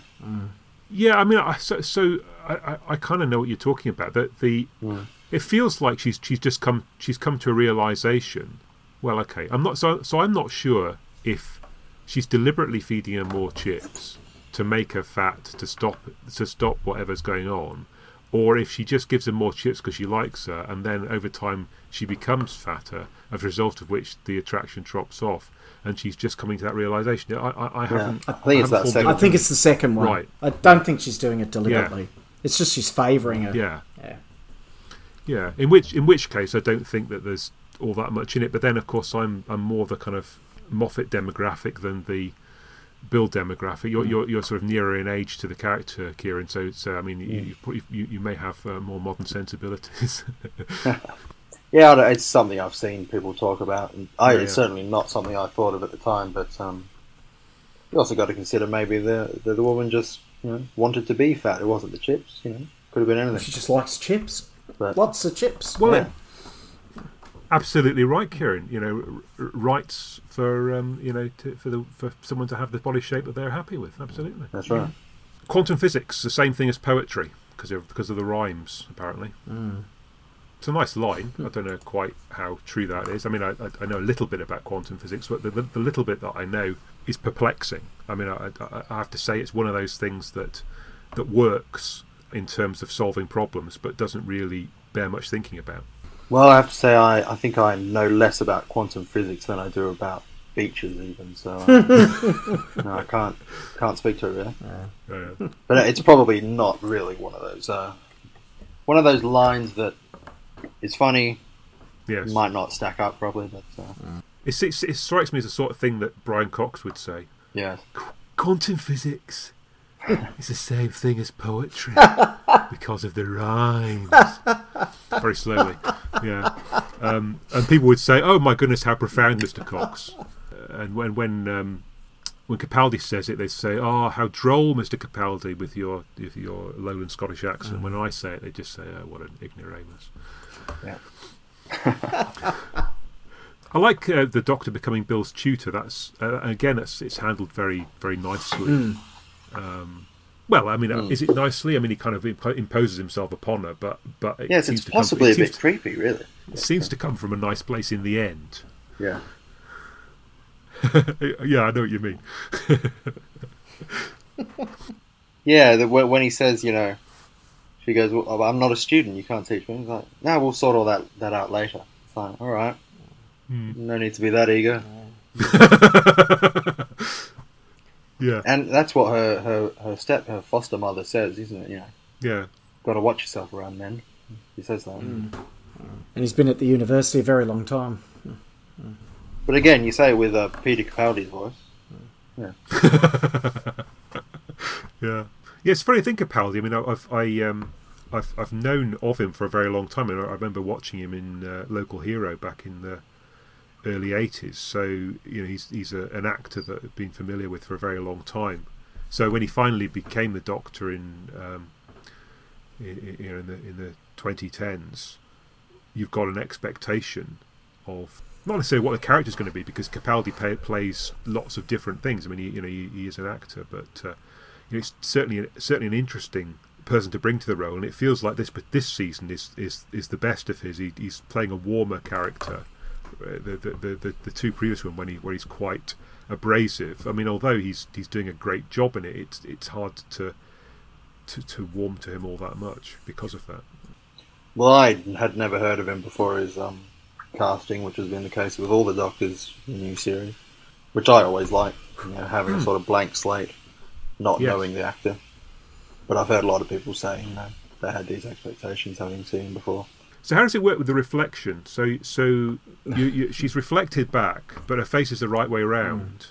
Yeah, I mean, I, so, so I, I, I kind of know what you're talking about. That the Mm. it feels like she's she's just come she's come to a realization. Well, okay, I'm not so so I'm not sure if she's deliberately feeding her more chips to make her fat to stop to stop whatever's going on, or if she just gives her more chips because she likes her, and then over time she becomes fatter, as a result of which the attraction drops off, and she's just coming to that realization. I I, I haven't. I think it's haven't that formed second I think it's the second one. Right. I don't think she's doing it deliberately. It's just she's favouring her. Yeah. Yeah. Yeah, in which in which case I don't think that there's all that much in it. But then of course I'm I'm more the kind of Moffat demographic than the Bill demographic. You're you're, you're sort of nearer in age to the character, Kieran. So so I mean you you, probably- you you may have uh, more modern sensibilities. Yeah, I don't- it's something I've seen people talk about, and I, it's Yeah. certainly not something I thought of at the time. But um, you also got to consider maybe the the, the woman just you know, wanted to be fat. It wasn't the chips, you know. Could have been She anything. just likes chips. But Lots of chips. well, yeah, absolutely right, Kieran. You know, r- r- rights for um you know to, for the for someone to have the body shape that they're happy with. Absolutely. that's right. Quantum physics, the same thing as poetry because of because of the rhymes apparently. It's a nice line. I don't know quite how true that is. I mean, I, I, I know a little bit about quantum physics, but the, the, the little bit that I know is perplexing. I mean, I, I, I have to say it's one of those things that that works in terms of solving problems, but doesn't really bear much thinking about. Well, I have to say, I, I think I know less about quantum physics than I do about beaches, even. So um, no, I can't can't speak to it really. Uh, But it's probably not really one of those uh, one of those lines that is funny, yes, might not stack up probably, but uh, it's, it's, it strikes me as the sort of thing that Brian Cox would say. yeah. Qu- Quantum physics It's the same thing as poetry because of the rhymes. Very slowly. Yeah. Um, and people would say, oh my goodness, how profound, Mr. Cox. Uh, And when, when, um, when Capaldi says it, they say, oh, how droll, Mr. Capaldi, with your, with your lowland Scottish accent. When I say it, they just say, oh, what an ignoramus. Yeah. I like uh, the Doctor becoming Bill's tutor. That's uh, again, it's, it's handled very, very nicely. Hmm. Um, well, I mean, uh is it nicely? I mean, he kind of impo- imposes himself upon her, but but it Yes, seems it's to come- possibly it a bit seems- creepy, really. it seems to come from a nice place in the end. Yeah. yeah, I know what you mean. Yeah, the, when when he says, you know, she goes, well, I'm not a student, you can't teach me. He's like, no, we'll sort all that, that out later. It's like, all right. Hmm. No need to be that eager. Yeah, And that's what her, her, her step, her foster mother says, isn't it? You know, yeah, got to watch yourself around men. She says that. Hmm. And he's been at the university a very long time. But again, you say it with uh, Peter Capaldi's voice. yeah. Yeah, it's funny thing, Capaldi. I mean, I- I've I um, I've I've known of him for a very long time, and I I remember watching him in uh, Local Hero back in the early '80s. So you know, he's he's a, an actor that I've been familiar with for a very long time. So when he finally became the Doctor in, um, i i- you know, in the in the 2010s, you've got an expectation of not necessarily what the character's going to be because Capaldi pay, plays lots of different things. I mean, he, you know, he, he is an actor, but uh, you know, it's certainly certainly an interesting person to bring to the role, and it feels like this. But this season is is, is the best of his. He, he's playing a warmer character. Uh, The the, the, the the two previous one when he where he's quite abrasive. I mean, although he's he's doing a great job in it, it's it's hard to to, to warm to him all that much because of that. Well, I had never heard of him before his um, casting, which has been the case with all the Doctors in the new series, which I always like, you know, Hmm. having a sort of blank slate, not Yes. knowing the actor. But I've heard a lot of people say, you know, they had these expectations having seen him before. So how does it work with the reflection? So so you, you, she's reflected back, but her face is the right way round. Mm.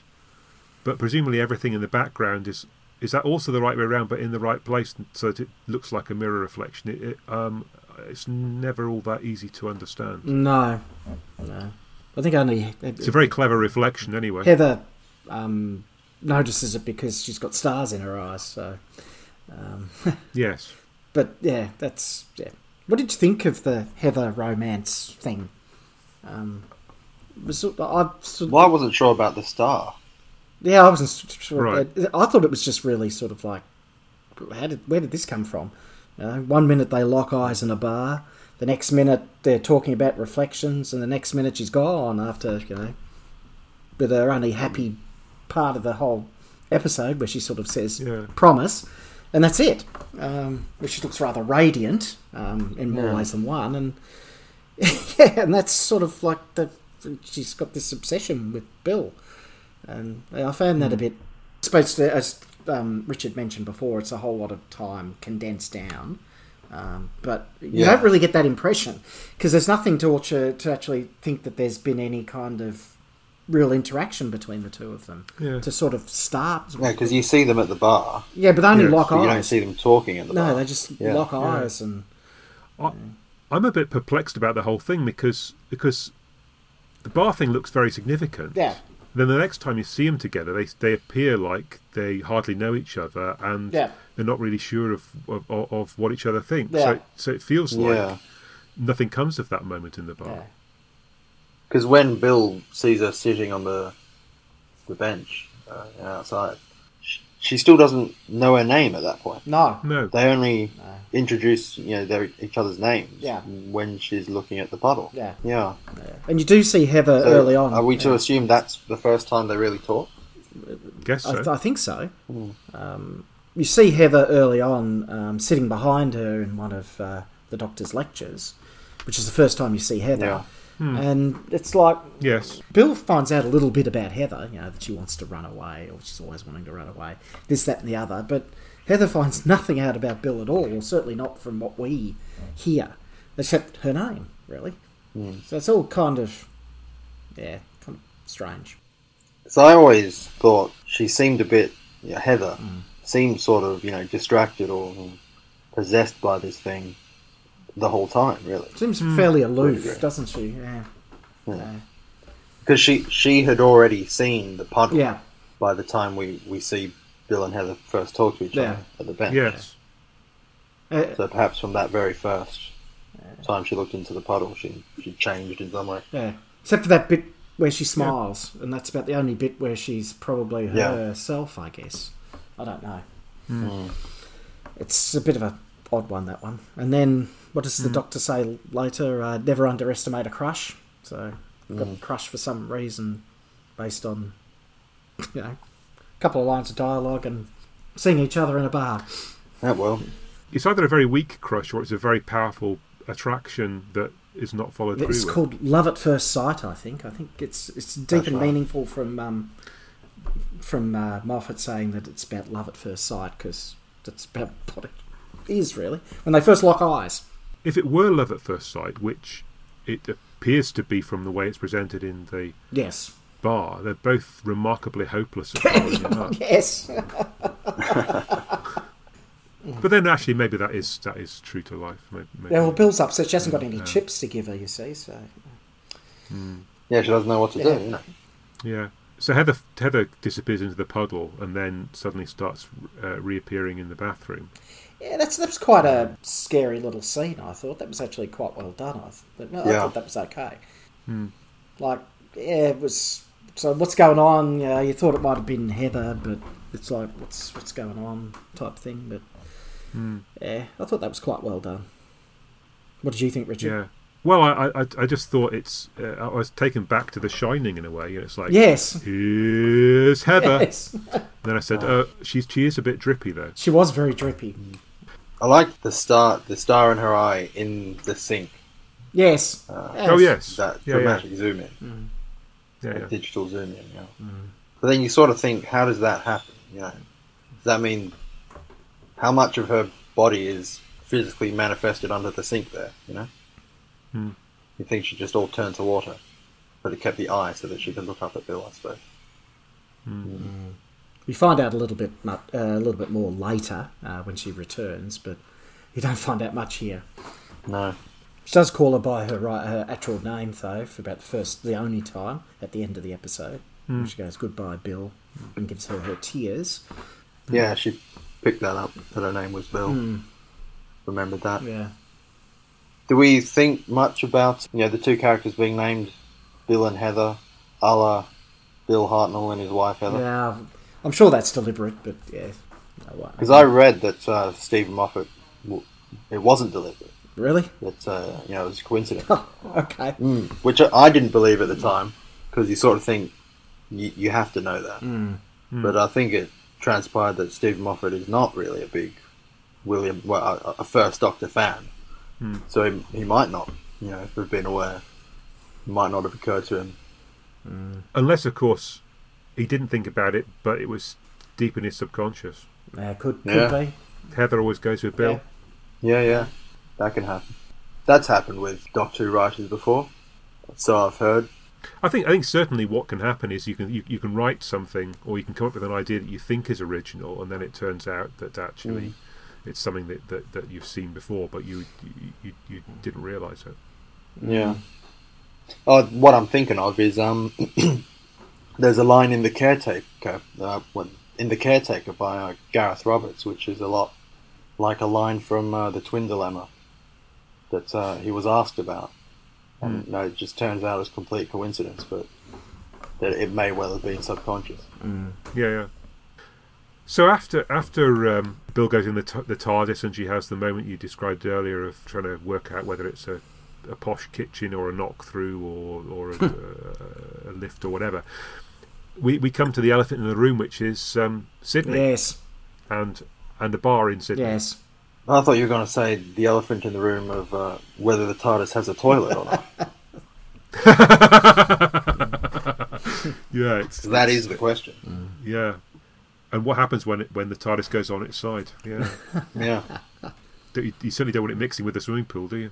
But presumably everything in the background is is that also the right way round, but in the right place, so that it looks like a mirror reflection. It, it, um, it's never all that easy to understand. No, no. I think only It's a very clever reflection, anyway. Heather um, notices it because she's got stars in her eyes. So, um, Yes. but yeah, that's yeah. What did you think of the Heather romance thing? Um, was it- I sort of- Well, I wasn't sure about the star. yeah, I wasn't s- sure. Right. I thought it was just really sort of like, how did where did this come from? You know, one minute they lock eyes in a bar, the next minute they're talking about reflections, and the next minute she's gone after you know, with her only happy part of the whole episode where she sort of says Yeah. promise, and that's it. Um, where she looks rather radiant um, in more Yeah. ways than one, and yeah, and that's sort of like the she's got this obsession with Bill, and I found Hmm. that a bit. I suppose that, as um, Richard mentioned before, it's a whole lot of time condensed down, um, but you Yeah. don't really get that impression because there's nothing to alter, to actually think that there's been any kind of real interaction between the two of them Yeah. to sort of start. Yeah, because you see them at the bar, Yeah, but they only Yeah, lock but you don't eyes. see them talking at the bar. No, they just Yeah. lock Yeah. eyes and I, I'm a bit perplexed about the whole thing because because the bar thing looks very significant. yeah, Then the next time you see them together, they they appear like they hardly know each other and Yeah. they're not really sure of of, of of what each other think. Yeah. So so it feels like Yeah. nothing comes of that moment in the bar. yeah, Because when Bill sees her sitting on the the bench uh, outside, she, she still doesn't know her name at that point. no, No, They only introduce you know their, each other's names Yeah. when she's looking at the puddle. Yeah. yeah. and you do see Heather So early on. are we to yeah. assume that's the first time they really talk? guess I, so. I think so. Um, you see Heather early on um, sitting behind her in one of uh, the doctor's lectures, which is the first time you see Heather. Yeah. And it's like yes, Bill finds out a little bit about Heather, you know, that she wants to run away or she's always wanting to run away, this, that, and the other. But Heather finds nothing out about Bill at all, or certainly not from what we hear, except her name, really. So it's all kind of, yeah, kind of strange. Mm. So I always thought she seemed a bit yeah, Heather seemed sort of you know distracted or possessed by this thing the whole time, really. Seems fairly aloof, agree. doesn't she? Yeah. Yeah. Because she she had already seen the puddle Yeah. by the time we, we see Bill and Heather first talk to each Yeah. other at the bench. Yes. Uh, So perhaps from that very first time she looked into the puddle, she she changed in some way. yeah. Except for that bit where she smiles, and that's about the only bit where she's probably Yeah. herself, I guess. I don't know. It's a bit of a odd one that one. And then what does the doctor say later? Uh, never underestimate a crush. So I've got a crush for some reason, based on you know a couple of lines of dialogue and seeing each other in a bar. Yeah, well, It's either a very weak crush or it's a very powerful attraction that is not followed through. It's with. called Love at First Sight, I think. I think it's it's deep That's and right. meaningful from um, from uh, Moffat saying that it's about love at first sight because that's about what it is really when they first lock eyes. If it were love at first sight, which it appears to be from the way it's presented in the Yes, bar, they're both remarkably hopeless at following it up. yes, But then actually, maybe that is that is true to life. Maybe, maybe. Yeah, well, Bill's upset. She hasn't got any chips to give her, you see. So yeah, she doesn't know what to Yeah. do. You know? Yeah. So Heather Heather disappears into the puddle and then suddenly starts uh, reappearing in the bathroom. yeah, that's that's quite a scary little scene. I thought that was actually quite well done. I, th- no, I Yeah. thought that was okay. Hmm. Like, yeah, it was. So what's going on? Yeah, you thought it might have been Heather, but it's like what's what's going on type thing. But Hmm. yeah, I thought that was quite well done. What did you think, Richard? Yeah. Well, I I, I just thought it's uh, I was taken back to The Shining in a way. You know, it's like Yes. here's Heather. Yes. Then I said, oh, she's she is a bit drippy though. she was very drippy. I like the star the star in her eye in the sink. Yes. yes. Oh yes. That yeah, yeah, dramatic zoom in, yeah, Mm. yeah. digital zoom in. Yeah. But then you sort of think, how does that happen? You know, does that mean how much of her body is physically manifested under the sink there? You know, Mm. you think she just all turned to water, but it kept the eye so that she could look up at Bill, I suppose. We find out a little bit, mu- uh, a little bit more later uh, when she returns, but you don't find out much here. No. She does call her by her right, her actual name though, for about the first, the only time at the end of the episode. Hmm. She goes goodbye, Bill, and gives her her tears. Hmm. Yeah, she picked that up that her name was Bill. Remembered that. Yeah, Do we think much about you know the two characters being named Bill and Heather, a la Bill Hartnell and his wife Heather? yeah. I'm sure that's deliberate, but yeah, no way. Because I read that uh, Stephen Moffat, w- it wasn't deliberate. really? That uh, you know it was a coincidence, okay. which I- I didn't believe at the time because you sort of think you, you have to know that. But I think it transpired that Stephen Moffat is not really a big William, well, a, a first Doctor fan, so he, he might not, you know, have been aware. Might not have occurred to him. Unless of course he didn't think about it, but it was deep in his subconscious. Yeah, could could Yeah. be. Heather always goes with Bill. Yeah. Yeah, yeah, that can happen. That's happened with Doctor Who writers before, so I've heard. I think I think certainly what can happen is you can you, you can write something or you can come up with an idea that you think is original and then it turns out that actually it's something that, that, that you've seen before but you you, you, you didn't realise it. Yeah. Oh, what I'm thinking of is um, there's a line in the caretaker uh, when, in the caretaker by uh, Gareth Roberts, which is a lot like a line from uh, the Twin Dilemma that uh, he was asked about, and no, it just turns out as complete coincidence, but that it may well have been subconscious. Yeah, yeah. So after after um, Bill goes in the t- the TARDIS and she has the moment you described earlier of trying to work out whether it's a, a posh kitchen or a knock through or or a, a, a lift or whatever. We, we come to the elephant in the room, which is um, Sydney. Yes, and and a bar in Sydney. yes. I thought you were going to say the elephant in the room of uh, whether the TARDIS has a toilet or not. Yeah, it's that is the question. yeah. And what happens when it, when the TARDIS goes on its side? Yeah, Yeah. Do- you, you certainly don't want it mixing with the swimming pool, do you?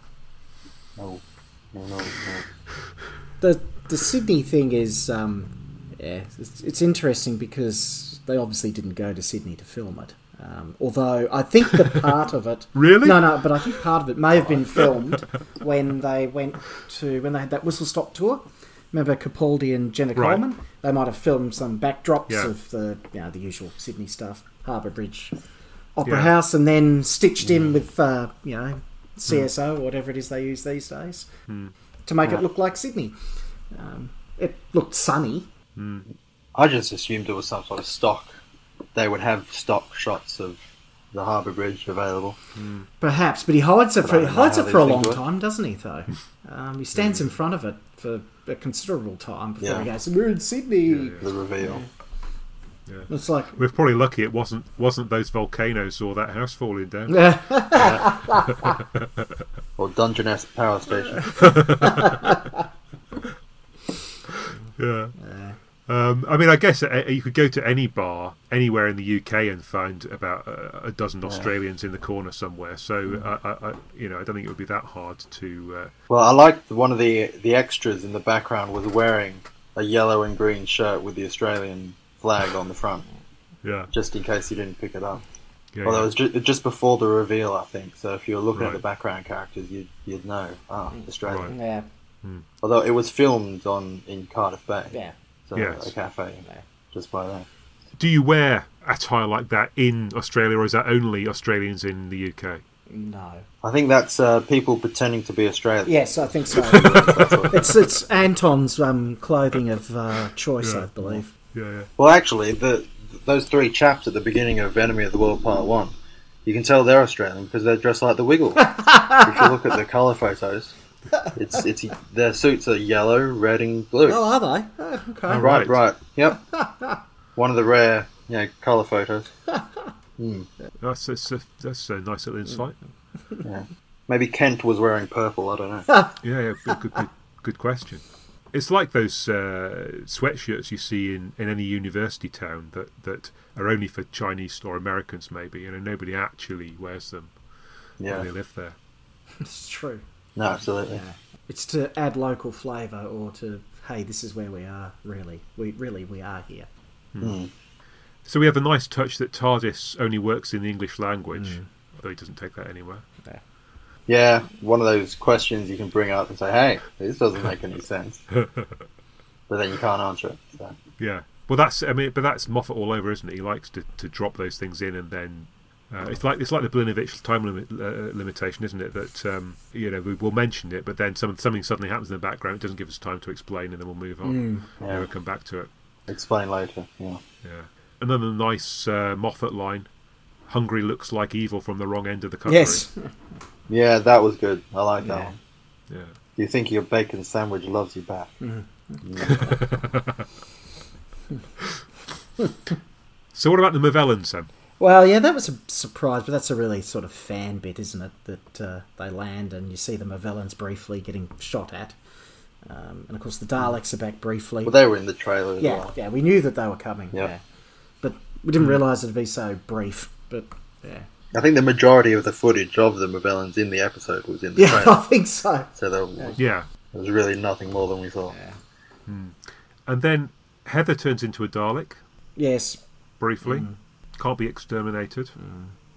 No. No, no, no. the the Sydney thing is um, yeah, it's, it's interesting because they obviously didn't go to Sydney to film it. Um, although I think the part of it Really? Oh. no no, but I think part of it may have been filmed when they went to when they had that whistle stop tour. Remember Capaldi and Jenna Right. Coleman? They might have filmed some backdrops Yeah. of the you know the usual Sydney stuff, Harbour Bridge, Opera Yeah. Mm. House, and then stitched in with uh, you know CSO or whatever it is they use these days Mm. to make it look like Sydney. Um, it looked sunny. I just assumed it was some sort of stock. They would have stock shots of the harbour bridge available. Perhaps, but he hides it But for I he don't hides know it how for a these long things work. time, doesn't he? Though um, he stands in front of it for a considerable time before he Yeah. goes. We're in Sydney. The reveal. It's like We're probably lucky it wasn't wasn't those volcanoes or that house falling down. Or Dungeness Power Station. Yeah. Um, I mean, I guess uh, you could go to any bar anywhere in the UK and find about uh, a dozen Australians in the corner somewhere. So, Mm. I, I, I, you know, I don't think it would be that hard to. uh, Well, I liked one of the the extras in the background was wearing a yellow and green shirt with the Australian flag on the front, Uh, yeah. just in case you didn't pick it up. yeah, Well, yeah. that was ju- just before the reveal, I think. So if you were looking Right. at the background characters, you'd you'd know. Ah, Mm. Australian. Right. yeah, Although it was filmed on in Cardiff Bay, yeah. so Yes. a cafe, Yeah. just by that. Do you wear attire like that in Australia, or is that only Australians in the UK? No. I think that's uh, people pretending to be Australian. Yes, I think so. it's it's Anton's um, clothing of uh, choice, I believe. Yeah, yeah. Well, actually, the those three chaps at the beginning of Enemy of the World Part One, you can tell they're Australian because they're dressed like the Wiggles. if you look at the colour photos, it's it's their suits are yellow, red, and blue. Oh, are they? Oh, okay. Oh, right, right, yep. One of the rare, you know, colour photos. That's that's a, that's a nice little insight. Maybe Kent was wearing purple. I don't know. Yeah, yeah good, good, good, good question. It's like those uh, sweatshirts you see in, in any university town that, that are only for Chinese or Americans, maybe. You know, nobody actually wears them when they Yeah, live there. It's true. no, absolutely. Yeah. It's to add local flavour or to hey, this is where we are. Really, we really we are here. So we have a nice touch that TARDIS only works in the English language, though he doesn't take that anywhere. Yeah, one of those questions you can bring up and say, "Hey, this doesn't make any sense," but then you can't answer it. So. Yeah. Well, that's I mean, but that's Moffat all over, isn't it? He likes to, to drop those things in, and then uh, it's like it's like the Blinovich time limit, uh, limitation, isn't it? That um, you know we, we'll mention it, but then some, something suddenly happens in the background. It doesn't give us time to explain, and then we'll move on. Yeah. Never come back to it. Explain later. Yeah. Yeah. Another nice uh, Moffat line: "Hungry looks like evil from the wrong end of the country." Yes. Yeah, that was good. I like that Yeah. one. Yeah. You think your bacon sandwich loves you back? Hmm. So what about the Mavellan, Sam? Well, yeah, that was a surprise, but that's a really sort of fan bit, isn't it? That uh, they land and you see the Mavellans briefly getting shot at, um, and of course the Daleks are back briefly. Well, they were in the trailer as yeah, well. yeah, we knew that they were coming. Yeah. Yeah, but we didn't realise it'd be so brief. But yeah, I think the majority of the footage of the Mavellans in the episode was in the yeah, I trailer. think so. So there was, Yeah. there was really nothing more than we saw. And then Heather turns into a Dalek Yes, briefly. Can't be exterminated.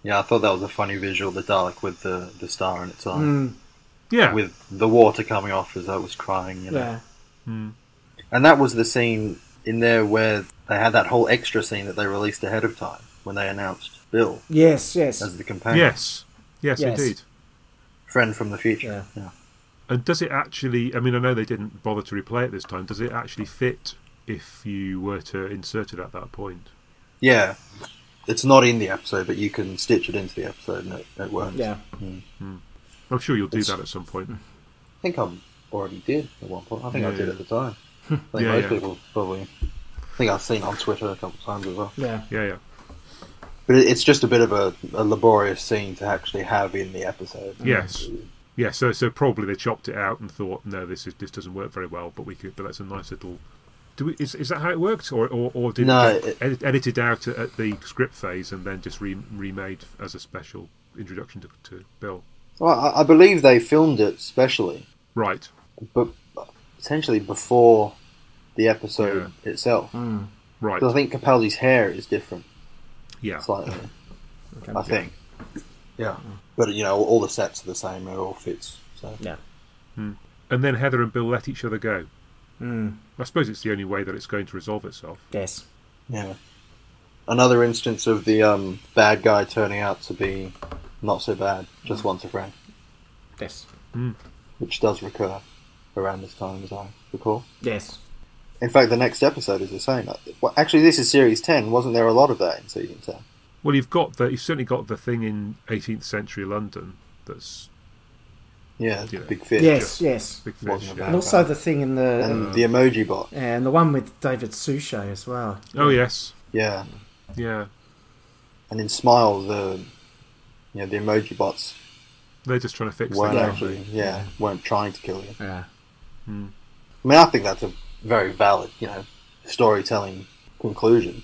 Yeah, I thought that was a funny visual, the Dalek with the, the star in its eye. Hmm. Yeah. With the water coming off as though it was crying, you know. yeah, And that was the scene in there where they had that whole extra scene that they released ahead of time when they announced Bill yes, yes. as the companion. Yes. Yes, Yes. indeed. Friend from the future. yeah. And does it actually? I mean, I know they didn't bother to replay it this time. Does it actually fit if you were to insert it at that point? Yeah, it's not in the episode, but you can stitch it into the episode and it, it works. yeah, I'm sure you'll do It's- that at some point. I think I already did at one point. I think I Yeah, did yeah. at the time. I think Yeah, most yeah. people probably. I think I've seen on Twitter a couple of times as well. yeah. Yeah, yeah, But it, it's just a bit of a, a laborious scene to actually have in the episode. yes, yeah. So, so probably they chopped it out and thought, no, this is this doesn't work very well. But we could. But that's a nice little. Do we, is is that how it worked, or or, or did No, it, just it- edit, edited out at, at the script phase and then just re, remade as a special introduction to, to Bill? Well, I, I believe they filmed it specially, Right. but essentially before the episode itself. Right. Because I think Capaldi's hair is different Yeah. slightly. Okay. I think. Yeah, but you know, all the sets are the same. It all fits. So Yeah. And then Heather and Bill let each other go. Hmm. Mm. I suppose it's the only way that it's going to resolve itself. Yes. yeah, another instance of the um, bad guy turning out to be not so bad. Just wants a friend, Yes. which does recur around this time, as I recall. Yes. In fact, the next episode is the same. Uh, Well, actually, this is series ten. Wasn't there a lot of that in season ten? Well, you've got the you've certainly got the thing in 18th century London that's Yeah, Yeah. big fish. Yes. Yes. big Wasn't fish. a yeah. And also the thing in the and the emoji bot. and the one with David Suchet as well. Oh yes, Yeah, yeah. and in Smile, the you know the emoji bots They're just trying to fix weren't things. Yeah. actually yeah weren't trying to kill you. Yeah. I mean, I think that's a very valid you know storytelling conclusion.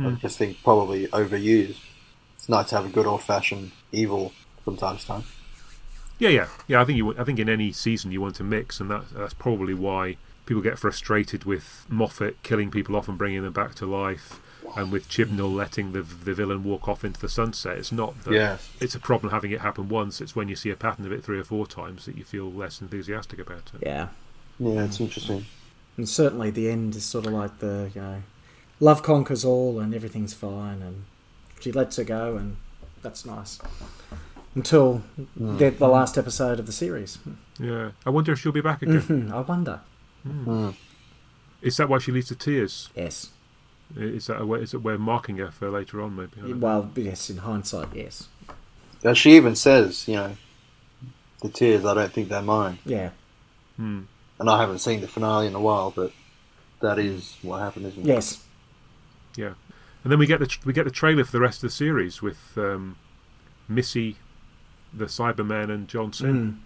I just think probably overused. It's nice to have a good old fashioned evil from time to time. Yeah, yeah, yeah. I think you. want- I think in any season you want to mix, and that's that's probably why people get frustrated with Moffat killing people off and bringing them back to life, and with Chibnall letting the the villain walk off into the sunset. It's not that Yeah. it's a problem having it happen once. It's when you see a pattern of it three or four times that you feel less enthusiastic about it. Yeah. Yeah, it's interesting. And certainly the end is sort of like the, you know, love conquers all and everything's fine and she lets her go and that's nice. Until the, the last episode of the series. Yeah, I wonder if she'll be back again. Hmm, I wonder. Is that why she leads to tears? Yes. Is that a way, is it where marking her for later on? Maybe. I don't know. Well, yes, in hindsight, yes. And she even says, you know, the tears. I don't think they're mine. Yeah. And I haven't seen the finale in a while, but that is what happened, isn't it? Yes. Yeah, and then we get the we get the trailer for the rest of the series with um, Missy, the Cyberman, and Johnson.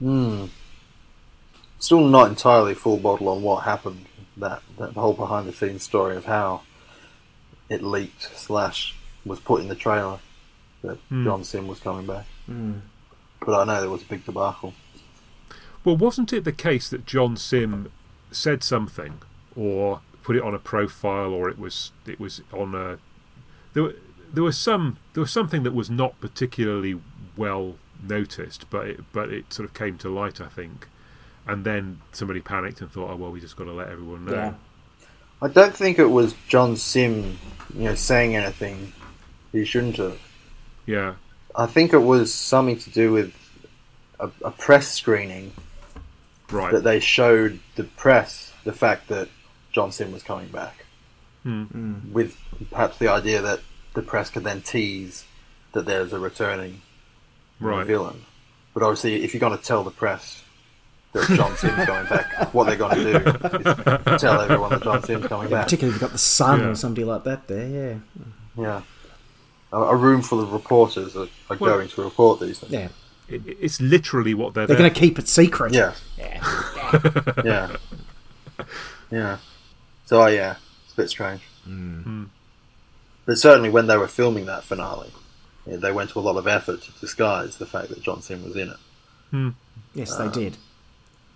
Hmm. Still not entirely full bottle on what happened. That that whole behind the scenes story of how it leaked slash was put in the trailer that John Sim was coming back. But I know there was a big debacle. Well, wasn't it the case that John Sim said something or put it on a profile, or it was it was on a there were, there was some there was something that was not particularly well noticed, but it, but it sort of came to light, I think. And then somebody panicked and thought, "Oh well, we just got to let everyone know." Yeah. I don't think it was John Sim, you know, saying anything he shouldn't have. yeah. I think it was something to do with a, a press screening right. that they showed the press the fact that John Sim was coming back, Hmm. with perhaps the idea that the press could then tease that there's a returning Right. villain. But obviously, if you're going to tell the press that John Sim's coming back, what they're going to do is tell everyone that John Sim's coming back. Particularly if you've got the sun Yeah. or somebody like that there, yeah. Yeah. A, a room full of reporters are, are Well- going to report these things. Yeah. It, it's literally what they're, They're there going to keep it secret. Yeah. Yeah. yeah. Yeah. So oh, yeah, it's a bit strange. But certainly, when they were filming that finale, yeah, they went to a lot of effort to disguise the fact that John Sim was in it. Yes, they did.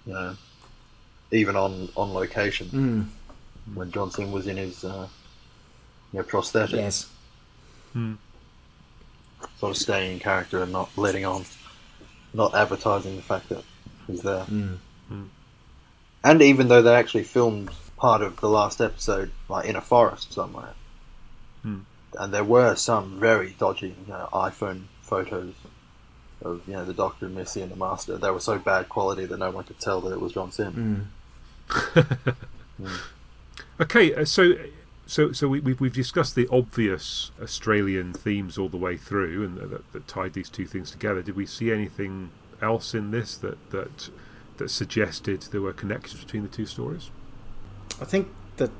You know, even on on location when John Sim was in his uh, you know, prosthetic, Yes. sort of staying in character and not letting on, not advertising the fact that he's there. Hmm. And even though they actually filmed part of the last episode like in a forest somewhere, and there were some very dodgy you know, iPhone photos of you know the Doctor and Missy and the Master. They were so bad quality that no one could tell that it was John Sim. Okay, uh, so so so we, we've we've discussed the obvious Australian themes all the way through, and that, that, that tied these two things together. Did we see anything else in this that that that suggested there were connections between the two stories? I think that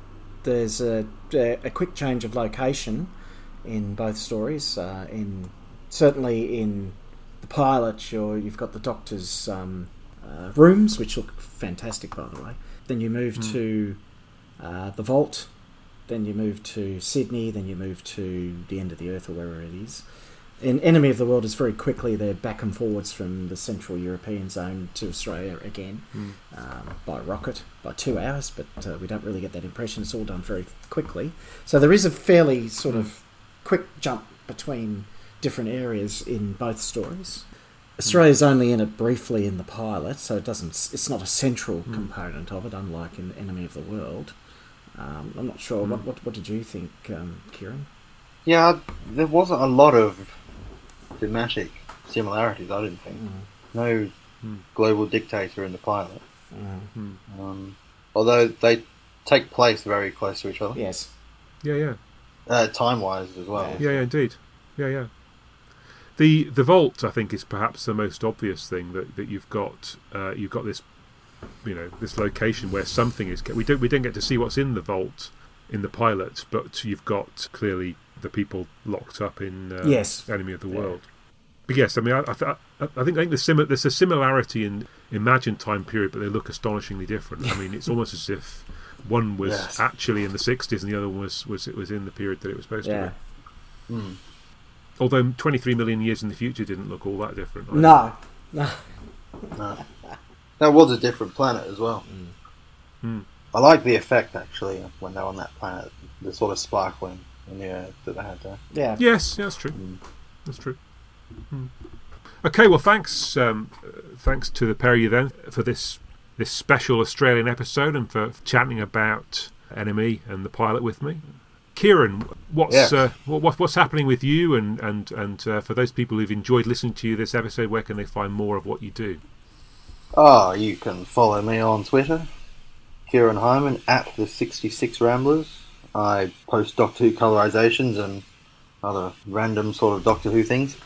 there's a, a, a quick change of location in both stories. Uh, in certainly in the pilot, you're, you've got the Doctor's um, uh, rooms, which look fantastic, by the way. Then you move to uh, the vault. Then you move to Sydney. Then you move to the end of the Earth or wherever it is. In Enemy of the World is very quickly they're back and forwards from the Central European Zone to Australia again um, by rocket by two hours, but uh, we don't really get that impression. It's all done very quickly. So there is a fairly sort of quick jump between different areas in both stories. Australia's only in it briefly in the pilot, so it doesn't. It's not a central component of it, unlike in Enemy of the World. Um, I'm not sure. What, what what did you think, um, Kieran? Yeah, there wasn't a lot of thematic similarities. I didn't Mm. think. No Hmm. global dictator in the pilot. Mm-hmm. Um, although they take place very close to each other, Yes. Yeah, yeah. uh, time-wise as well. Yeah, yeah, indeed. Yeah, yeah. The the vault, I think, is perhaps the most obvious thing that, that you've got. Uh, you've got this, you know, this location where something is. We don't we don't get to see what's in the vault in the pilot, but you've got clearly the people locked up in uh, Yes. Enemy of the World. But yes, I mean, I, I, th- I I think I think the simi- there's a similarity in Imagine time period, but they look astonishingly different. I mean, it's almost as if one was Yes. actually in the 60s and the other one was was it was in the period that it was supposed to Yeah. be. Although 23 million years in the future didn't look all that different. right? No. No. That was a different planet as well. Mm. I like the effect actually when they're on that planet, the sort of sparkling in the air that they had there. Yeah. Yes, yeah, that's true. That's true. Hmm. Okay, well, thanks, um, uh, thanks to the pair of you then for this this special Australian episode and for chatting about Enemy and the pilot with me. Kieran, what's Yes. uh, what, what, what's happening with you? And and and uh, for those people who've enjoyed listening to you this episode, where can they find more of what you do? Ah, you can follow me on Twitter, Kieran Hyman at the 66 Ramblers. I post Doctor Who colorizations and other random sort of Doctor Who things.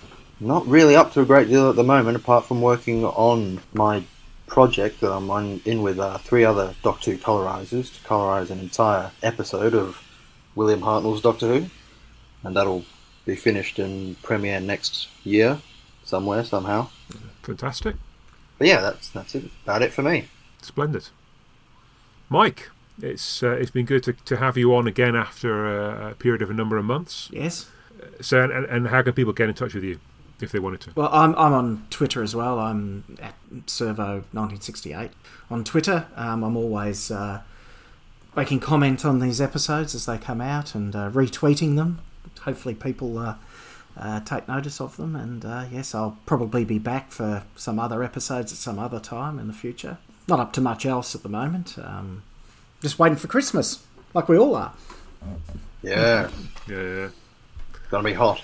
Not really up to a great deal at the moment, apart from working on my project that I'm on, in with uh, three other Doctor Who colorizers to colorize an entire episode of William Hartnell's Doctor Who, and that'll be finished and premiere next year, somewhere, somehow. Fantastic, But yeah, that's that's it, about it for me. splendid. Mike, it's uh, it's been good to, to have you on again after a, a period of a number of months. Yes. So, and, and- and how can people get in touch with you if they wanted to? Well, I'm, I'm on Twitter as well. I'm at Servo1968 on Twitter. Um, I'm always uh, making comment on these episodes as they come out and uh, retweeting them. Hopefully, people uh, uh, take notice of them. And uh, yes, I'll probably be back for some other episodes at some other time in the future. Not up to much else at the moment. Um, just waiting for Christmas, like we all are. Yeah, Yeah, yeah. gonna be hot.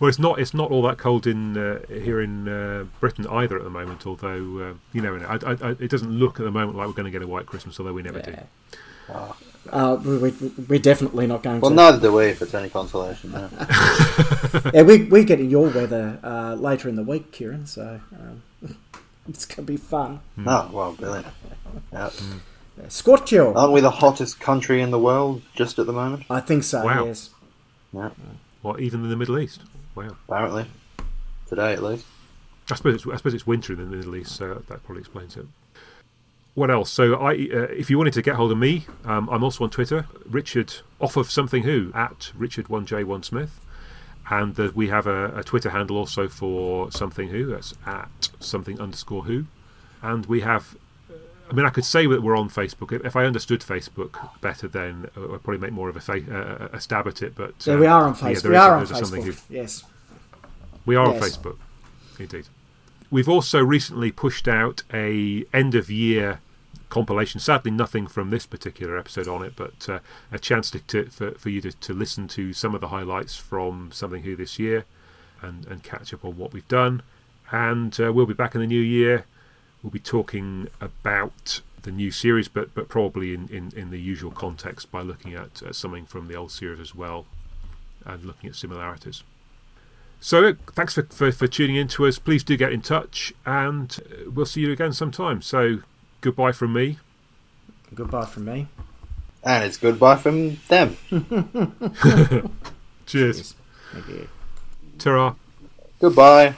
Well, it's not it's not all that cold in uh, here in uh, Britain either at the moment. Although uh, you never know, I, I, I, it doesn't look at the moment like we're going to get a white Christmas, although we never do. Uh, we, we, we're definitely not going Well, to. neither do we, if it's any consolation. yeah. Yeah, we we get your weather uh, later in the week, Kieran. So um, it's gonna be fun. oh, well, brilliant. Yeah. Scorchio, Aren't we the hottest country in the world just at the moment? I think so. Wow. Yes. Yeah, Well, even in the Middle East. Wow. apparently. Today, at least. I suppose it's, I suppose it's winter in the Middle East, so that probably explains it. What else? So, I uh, if you wanted to get hold of me, um, I'm also on Twitter, Richard off of something who at Richard One J One Smith, and that we have a, a Twitter handle also for something who that's at something underscore who, and we have. I mean, I could say that we're on Facebook. If- If I understood Facebook better, then uh, I'd probably make more of a, fa- uh, a stab at it. But Yeah, uh, we are on yeah, Facebook. there we is a- are on there's a Something Who. Facebook. Yes. We are Yes. on Facebook, indeed. We've also recently pushed out a end of year compilation. Sadly, nothing from this particular episode on it, but uh, a chance to, to, for, for you to, to listen to some of the highlights from something who this year, and, and catch up on what we've done. And uh, we'll be back in the new year. We'll be talking about the new series, but but probably in, in, in the usual context by looking at uh, something from the old series as well, and looking at similarities. So look, thanks for, for, for tuning in to us. Please do get in touch and uh, we'll see you again sometime. So goodbye from me. Goodbye from me. And it's goodbye from them. Cheers. Yes. Thank you. Ta-ra. goodbye.